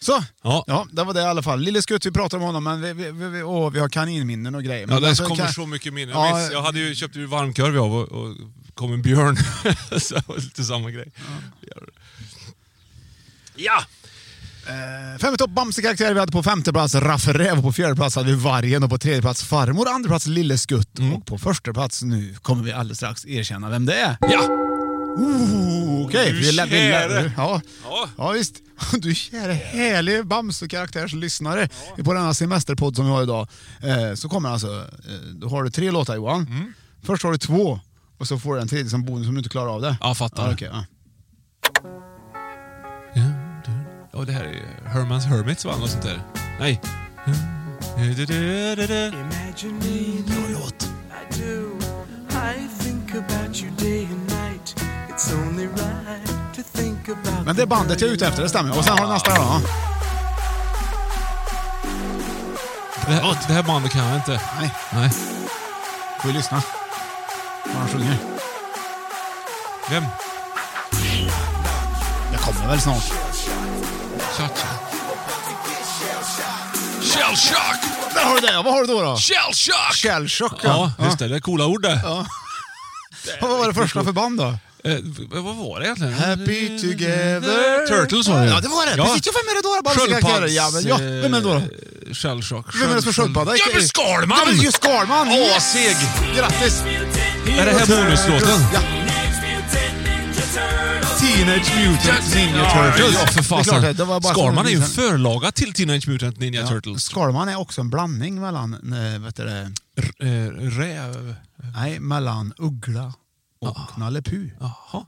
Så!
Ja.
Ja, det var det i alla fall. Lille Skutt, vi pratade om honom, men vi, vi, vi, vi, åh, vi har kaninminnen och grejer.
Ja,
Men
det
varför
kommer
kan-
så mycket minnen.
Ja,
Jag, minns, jag hade ju köpt ur varmkorv av och, och kom en björn. så det var lite samma grej. Ja!
eh, Fem i topp Bamse-karaktärer. Vi hade på femte plats Raffe Räv, på fjärde plats hade vi Vargen och på tredje plats Farmor, andra plats Lille Skutt och på första plats, nu kommer vi alldeles strax erkänna vem det är.
Ja!
Ooh, Okej,
Du
vi lä- vi lä-
käre.
Ja.
Ja.
ja, visst. Du käre härlig Bamse-karaktärslyssnare på denna semesterpodd som vi har idag. Eh, så kommer alltså, eh, då har du tre låtar Johan.
Mm.
Först har du två och så får du en tredje som bonus om du inte klarar av det.
Ja, fattar.
Ja, okej, ja.
Ja, det här är ju Hermans Hermits va? Något sånt där. Nej.
Imagine me. I do. I think about you day and night. It's only right to think about
Men det är bandet jag är ute efter, det stämmer. Och sen har du nästa då.
Det här, det här bandet kan jag inte.
Nej.
Nej.
Får vi lyssna vad han sjunger.
Vem?
Det kommer väl snart.
Cha-cha.
Shell shock!
Där har du det! Vad har du då? då?
Shell shock!
Shellshock
Ja, just det. Det är coola ord det.
Ja. Vad var det första för band då?
Eh, v- vad var det egentligen?
Happy together...
Turtles var det eh,
Ja, det var det. Precis. Ja, vem är det då? Bara karaktärer. Ja, men, ja, vem är det då? då?
då? Shellshock.
Vem är det som är sköldpadda?
Ja, men Skalman!
Ja, men just Skalman!
Åh,
Yes!
seg.
Grattis!
Är det här bonuslåten?
Ja. Teenage Mutant Ninja Turtles.
Ja,
Det är
för
klart det.
fasen.
Det var bara
Skalman är ju en
för...
förlaga till Teenage Mutant Ninja Turtles.
Skalman är också en blandning mellan, eh, vet du det,
R- eh, räv...
nej, mellan uggla och Nalle Puh.
Jaha.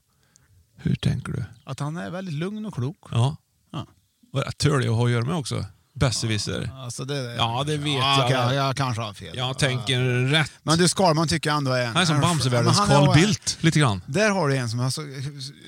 Hur tänker du?
Att han är väldigt lugn och klok.
Ja.
Ja.
Var det törlig att ha att göra med också? Besserwisser.
Alltså det,
Ja, det vet
ja,
jag.
okej, jag kanske har fel.
Jag tänker rätt.
Men du, Skalman tycker jag ändå är en...
Han är som
en-
Bamsevärldens
men han är-
Carl Bildt, lite grann.
Där har du en som har så,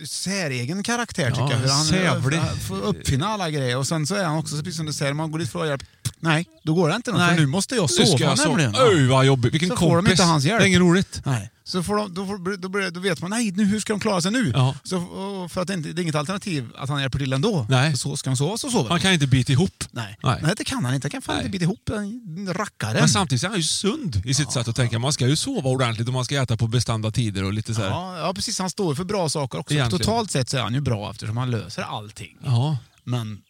säregen karaktär tycker
Ja,
jag. För Han
sävlig.
han får uppfinna alla grejer och sen så är han också precis som du säger, man går dit för att hjälp. Nej, då går det inte något,
Nej.
för nu måste jag
Nu ska
sova
jag sova.
nämligen.
Öj, vad jobbigt. Vilken
så får de
kompis.
inte hans hjälp.
Det är inget roligt.
Nej. Så får de, då, får, då, börjar, då vet man, nej nu, hur ska de klara sig nu?
Ja.
Så, och för att det, inte, det är inget alternativ att han hjälper till ändå.
Nej.
Så ska han sova så sover
Han kan inte bita ihop.
Nej.
Nej.
nej, det kan han inte. Han kan fan
Nej.
inte bita ihop den rackaren.
Men samtidigt är han ju sund i sitt sätt att tänka. Man ska ju sova ordentligt och man ska äta på bestämda tider och lite så här.
Ja, ja, precis. Han står för bra saker också.
Egentligen.
Totalt sett så är han ju bra eftersom han löser allting.
Ja.
Men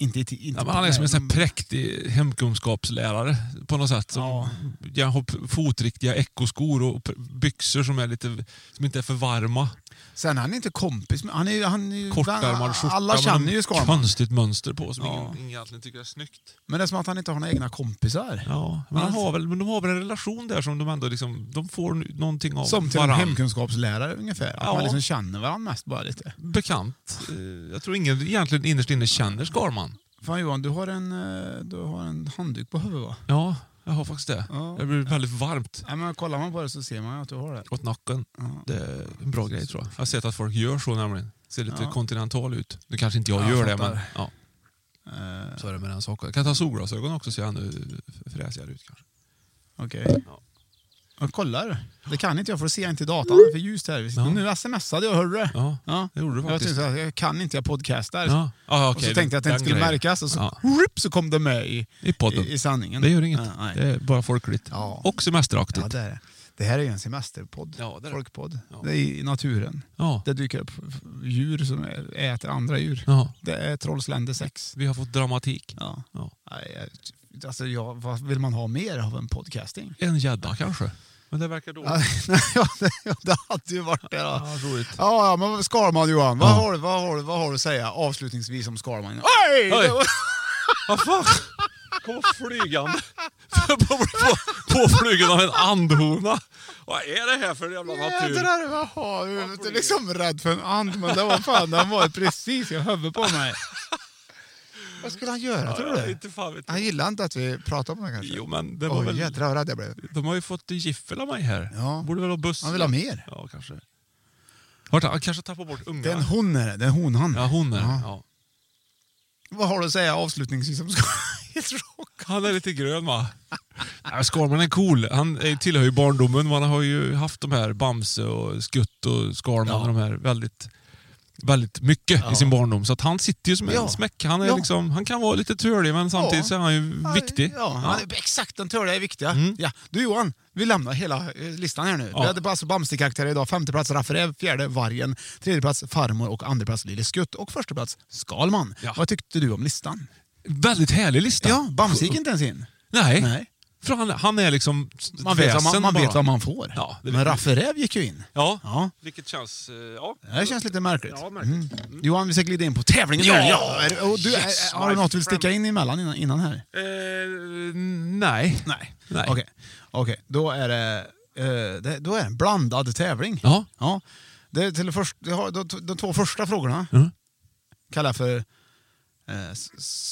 inte... i ti- inte
Ja, men han är som en sån här präktig hemkunskapslärare på något sätt. Som
Ja.
jag har p- fotriktiga ekoskor och p- byxor som, är lite, som inte är för varma.
Sen är han inte kompis med... Han är, ju- han är ju...
Kortärmad skjorta
Alla
med
känner
något
ju Skalman.
konstigt mönster på som
Ja.
ingen, ingen egentligen tycker är snyggt.
Men det är som att han inte har några egna kompisar.
Ja, men,
Alltså.
han har väl, men de har väl en relation där som de ändå liksom, de får nu- någonting av
Som till en
varann.
hemkunskapslärare ungefär. Att
Ja.
man liksom känner varandra mest bara lite.
Bekant. Eh, Jag tror ingen egentligen innerst inne känner Skalman.
Fan Johan, du har en, eh, du har en handduk på huvudet va?
Ja, jag har faktiskt det.
Ja.
Det blir väldigt varmt
Nej, men kollar man på det så ser man ju att du har det.
åt nacken. Det är en bra grej tror jag. Jag har sett att folk gör så nämligen. Ser lite
Ja.
kontinental ut. Nu kanske inte jag
Ja, jag
gör det,
fattar.
men ja.
Eh,
så är det med den saken. Jag kan ta solglasögon också så jag ännu fräsigare ut kanske.
Okej.
Ja.
Ja, Kolla du. Det kan inte jag för att se inte i datan. Det är för ljust här.
Mm. Ja.
Nu smsade jag, hörru du?
Ja, det gjorde du
Jag,
faktiskt.
tänkte så här, jag kan inte, jag podcastar.
Ja. Ah,
och
okej,
så tänkte jag att det
den
inte skulle
grejen.
märkas och så,
Ja.
rip, så kom det med i,
I podden.
i, i sanningen.
Det gör inget.
Ja, nej.
det är bara folkligt.
Ja.
Och semesteraktigt.
Ja, det, är det. det här är ju en semesterpodd.
Ja, det är det.
Folkpodd.
Ja.
Det är i naturen.
Ja.
Det dyker upp djur som äter andra djur.
Ja.
Det är Trollsländer 6.
Vi har fått dramatik.
Ja.
Ja.
Nej, jag- Alltså, jag, vad vill man ha mer av en podcasting?
En gädda kanske. Men det verkar dåligt.
Ja, ja, det- det hade ju varit det. Då.
Ja, roligt.
Ja, ja, men Skalman Johan, vad,
Ja.
har du, vad, har du, vad har du att säga avslutningsvis om Skalman? Oj!
Oj!
Det var-
Vad fan? Kom flygande. på, på, påflugen av en andhona. Vad är det här för jävla natur?
Jädrar vad har du? Jag är liksom rädd för en and, men det var fan, den var precis i huvudet på mig. Vad skulle han göra tror
Ja,
du?
inte fan vet
Han
jag.
gillar inte att vi pratar om det kanske?
Jo, men det var
Oj,
väl...
jädrar vad rädd jag blev.
De har ju fått giffel av mig här.
Ja.
Borde väl ha buss.
Han vill ha mer.
Ja, kanske. Har ta- kanske tappat bort unga.
Det är en hon är det. Det är hon han.
Ja, hon är det. Ja.
Vad har du att säga avslutningsvis om
Han är lite grön va? Nej, Skalman är cool. Han är- tillhör ju barndomen. Man har ju haft de här Bamse och Skutt och Skalman och de här väldigt, väldigt mycket i sin barndom. Så att han sitter ju som en
Ja.
smäck. Han, är
Ja.
liksom, han kan vara lite tölig men samtidigt så är han ju viktig. Mm.
Ja, han är, exakt. Den törliga är viktiga. Ja. Du Johan, vi lämnar hela eh, listan här nu.
Ja.
Vi hade alltså Bamse-karaktärer idag. Femte plats Raffarev, fjärde Vargen, tredje plats Farmor och andra plats Lille Skutt och första plats Skalman. Vad tyckte du om listan?
Väldigt härlig lista.
Ja, Bamse gick inte ens in.
Nej. För han, han är liksom
Man vet, vad man,
Eh? väsen
man
bara.
vet vad man får.
Ja, det
Men
vet man.
Raffarev gick ju in.
Ja.
Ja.
Vilket känns... eh, Ja.
Det här känns lite märkligt.
Ja, märkligt.
Mm. Johan, vi ska glida in på tävlingen
Ja!
nu. Är- Och du,
Yes,
är- har du
my
något du vill sticka in emellan innan, innan här?
Eh, nej.
Nej.
Nej.
Okej, Okej, då är det, eh, det, då är det en blandad tävling.
Ja.
ja. Det är till först, jag har, de, de två första frågorna
Mhm.
kallar jag för eh, s-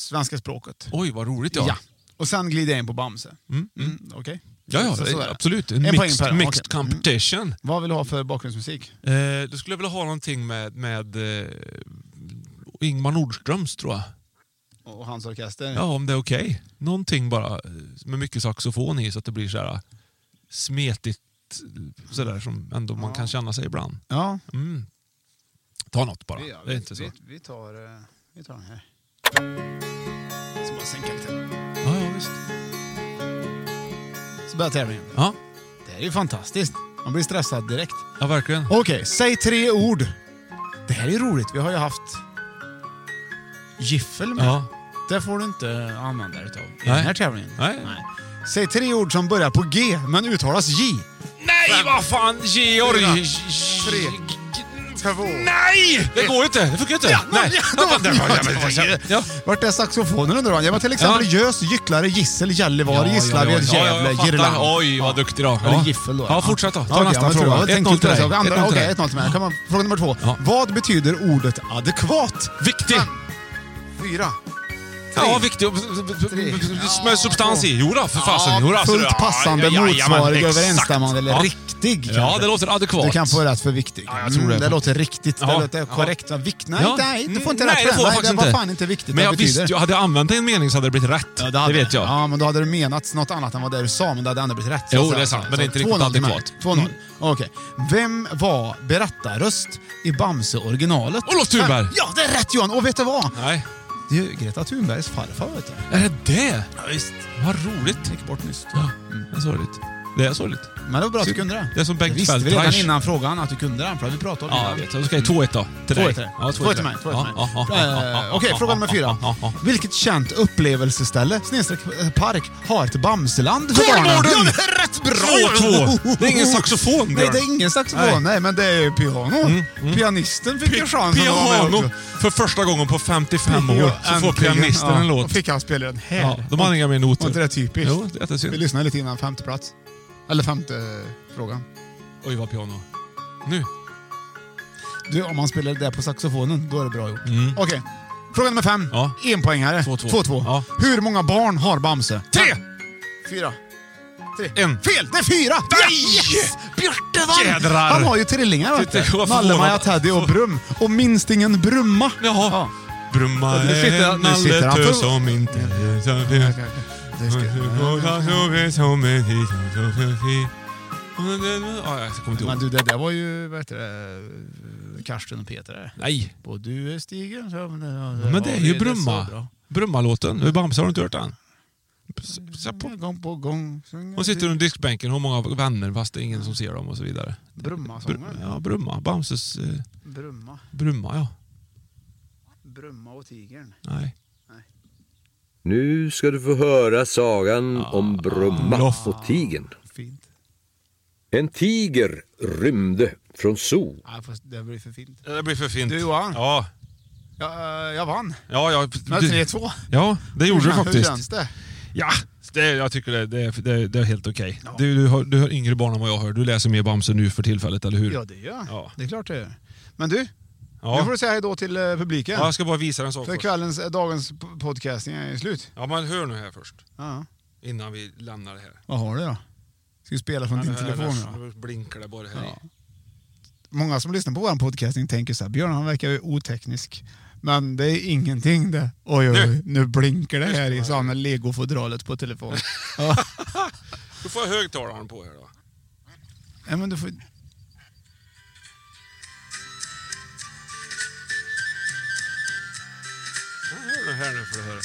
svenska språket.
Oj, vad roligt ja.
Ja. Och sen glider jag in på Bamse. Mm. Okej?
Ja, ja,
Så- så är det.
absolut. En
En poäng
mixed,
per.
mixed
Okej. Mm.
competition.
Vad vill du ha för bakgrundsmusik?
Eh, då skulle jag vilja ha någonting med, med eh, Ingmar Nordströms, tror jag.
Mm. Och hans orkester?
Ja, om det är okej. Någonting bara eh, med mycket saxofon i så att det blir så här eh, smetigt. eh, Så där som ändå man kan känna sig ibland.
Ja.
Mm. Ta något bara.
Ja,
det är inte så.
Vi, vi, tar, eh, vi tar den här. Så bara sänka lite.
Ja, ja, visst.
Så börjar tävlingen.
Ja.
Det här är ju fantastiskt. Man blir stressad direkt.
Ja, verkligen.
Okej, säg tre ord. Det här är ju roligt. Vi har ju haft giffel med.
Ja.
Det får du inte använda dig utav i
Nej.
den här tävlingen.
Nej.
Säg tre ord som börjar på G men uttalas J.
Nej, vad fan! Georg!
Tre. Två.
Nej! Det går ju inte. Det funkar ju inte. Nej. Ja.
Vart är saxofonen undrar man? Ja, men till exempel Gös, Gycklare, Gissel, Gällivare, Gislaved, Gävle,
jag fattar.
Girland.
Oj, vad duktig då.
Eller giffel då.
Ja, fortsätt då. Ta
Okej,
nästa
men tror
fråga.
jag. Jag
1-0
tänkte
till
inte
dig.
det. Andra-
1-0 till
Okej,
dig.
1-0 till mig. Kan man- Fråga nummer två. Vad betyder ordet adekvat?
Viktig.
Fyra.
Ja, viktig. Med substans i. Jo då, för fasen. Jo då, så det-
Fullt
ja,
passande,
ja, ja, jajamän,
motsvarig,
exakt.
överensstämmande eller
Ja.
riktig.
Ja,
kanske.
det låter adekvat.
Du kan få rätt för viktig.
jag tror det.
det låter riktigt.
Ja,
Det låter
ja.
korrekt. Ja. Vikt, nej,
Ja. Mm,
nej, du får inte
Nej,
rätt
det
för
får jag
Nej,
faktiskt
det var
inte.
fan inte viktigt.
Men
det
jag
betyder.
visste ju, hade jag använt en mening så hade det blivit rätt.
Ja,
det,
hade
vet jag.
Ja, men då hade det menats något annat än vad det du sa, men det hade ändå blivit rätt. så
Jo,
att säga.
det är sant,
Så-
men det är inte
så
riktigt
2-0 till mig.
adekvat.
2-0. Okej. Vem var berättarröst i Bamse-originalet?
Olof Thunberg.
Ja, det är rätt Johan! Och vet du vad?
Nej.
Det är ju Greta Thunbergs farfar, vet du.
Är det det?
Ja, visst.
Vad roligt.
Gick bort nyss.
Ja, det är sorgligt. Det är sorgligt.
Men det var bra att du kunde det.
Det är som
Det
Bengt
visste vi redan
Feldreich.
innan frågan att du kunde den, för vi pratade om det
Ja, jag
innan.
vet. Då ska jag 2-1 då. Till
Två
dig.
ett till dig.
Ja,
Två ett till mig. Två ett till mig. Eh, Okej, fråga nummer fyra. Vilket känt upplevelseställe, snedstreck eh, park, har ett Bamseland för barnen?
Kolmården!
Ja, det är rätt bra!
Två, två. Det är ingen saxofon,
Nej,
Björn.
det är ingen saxofon.
Nej. Mm,
Nej, men det är ju piano. Pianisten fick ju chansen att vara med
Piano!
också.
För första gången på 55 år så får
äntligen.
pianisten
Ja,
en
Och
låt.
fick han spela den här.
Ja, de hade inga mer noter.
Var inte det typiskt?
Jo, det är jättesynd.
Vi lyssnade lite innan femte plats. Eller femte eh, frågan.
Oj, vad piano. Nu.
Du, om man spelar det där på saxofonen, då är det bra gjort. Okej. Fråga nummer fem.
Mm. Ja.
Enpoängare.
2-2.
2-2.
Ja.
Hur många barn har Bamse?
Tre!
Fyra. Tre.
En.
Fel! Det är fyra!
Nej!
Yes! Björte vann!
Jädrar!
Han har ju trillingar vet
Titta, jag var
du.
förvånad.
Nalle-Maja, Teddy och Brum. Och minstingen Brumma.
Jaha.
Ja.
Brumma
Ja, nu sitter
är
han-
en
nu sitter han
nalletö
för-
som inte...
Det
Ja, jag kommer inte
ska- Men
ihåg.
du, det där var ju vad heter det, Karsten och Peter. där.
Nej.
Och du stiger som...
Men det är ju Brumma. Brummalåten. Det är Bamse, har du inte hört den? S- sätt på.
Gång på gång.
Hon sitter under diskbänken och har många vänner fast det är ingen som ser dem och så vidare.
Brummasången.
Br- ja, Brumma. Bamses... Eh,
Brumma.
Brumma, ja.
Brumma och tigern.
Nej.
Nu ska du få höra sagan om Brumma och tigern.
Fint.
En tiger rymde från zoo.
Nej, fast det blir för fint.
Det blir för fint.
Du, Johan.
Ja.
Jag, jag vann.
Ja, ja.
Med
du-
3-2.
Ja, det gjorde
Hur
du
kän-
faktiskt.
Hur känns det?
Ja, det, jag tycker det, det, det, det är helt okej. Du, du, har, du har yngre barn än vad jag har. Du läser mer Bamse nu för tillfället, eller hur?
Ja, det gör jag.
Ja.
Det är klart det gör. Men du,
Ja.
nu får du säga hej då till eh, publiken.
Ja, jag ska bara visa en sak
För
först.
kvällens, eh, dagens p- podcasting är ju slut.
Ja, men hör nu här först.
Ja.
Innan vi lämnar det här.
Vad har du då? Ska du spela från
Nej,
din
men här-
telefon? då?
Nu blinkar det bara här i.
många som lyssnar på vår podcasting tänker så här, Björn han verkar ju oteknisk. Men det är ingenting det. Oj, oj, oj nu blinkar det här i sådana legofodralet på telefonen. Ja.
Du får högtalaren på här då.
Nej, men du får...
Ja, Hör nu här nu får du höra.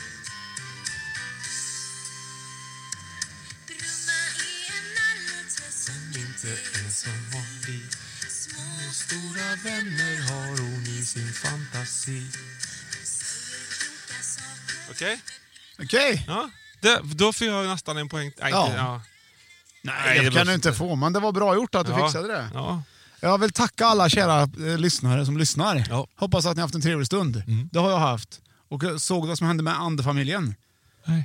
inte är som vanligt. Små och stora vänner har hon i sin fantasi.
Okej?
Okej.
Ja. Det, då får jag nästan en poäng. Nej,
Ja.
inte, ja.
Nej, det kan du inte få, men det var bra gjort att du
Ja.
fixade det.
Ja.
Jag vill tacka alla kära eh, lyssnare som lyssnar. Hoppas att ni har haft en trevlig stund.
Mm.
Det har jag haft. Och jag såg vad som hände med andefamiljen.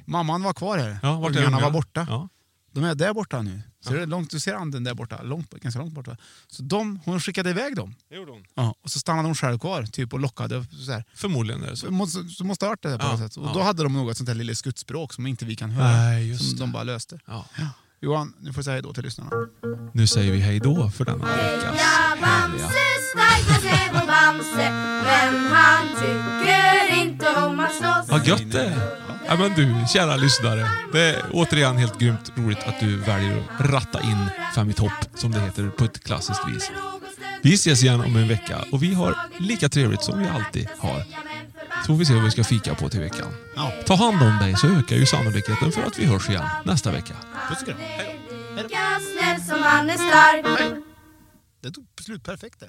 Mamman var kvar här.
Ja, vart är
Ungarna
ungarna?
var borta.
Ja.
De är där borta nu. Ser du, långt, du ser anden där borta. Långt, ganska långt borta. Så de, hon skickade iväg dem.
Det gjorde hon.
Ja, och så stannade hon själv kvar typ, och lockade. Så här.
Förmodligen är det så.
Måste, så måste ha hört det där på
Ja,
något sätt. Och
ja.
då hade de något sånt där lille skuttspråk som inte vi kan höra.
Nej, just
som
det.
de bara löste.
Ja.
Johan, nu får du säga hej då till lyssnarna.
Nu säger vi hej då för denna veckas härliga...
starkaste är vår Bamse Men han tycker inte om att slåss
Vad gött det är. ja, men du, kära lyssnare. Det är återigen helt grymt roligt att du väljer att ratta in Fem i topp, som det heter på ett klassiskt vis. Vi ses igen om en vecka och vi har lika trevligt som vi alltid har. Så får vi se vad vi ska fika på till veckan. Ta hand om dig så ökar ju sannolikheten för att vi hörs igen nästa vecka.
Puss och kram.
Lika snäll som han är stark
Det tog slut perfekt det.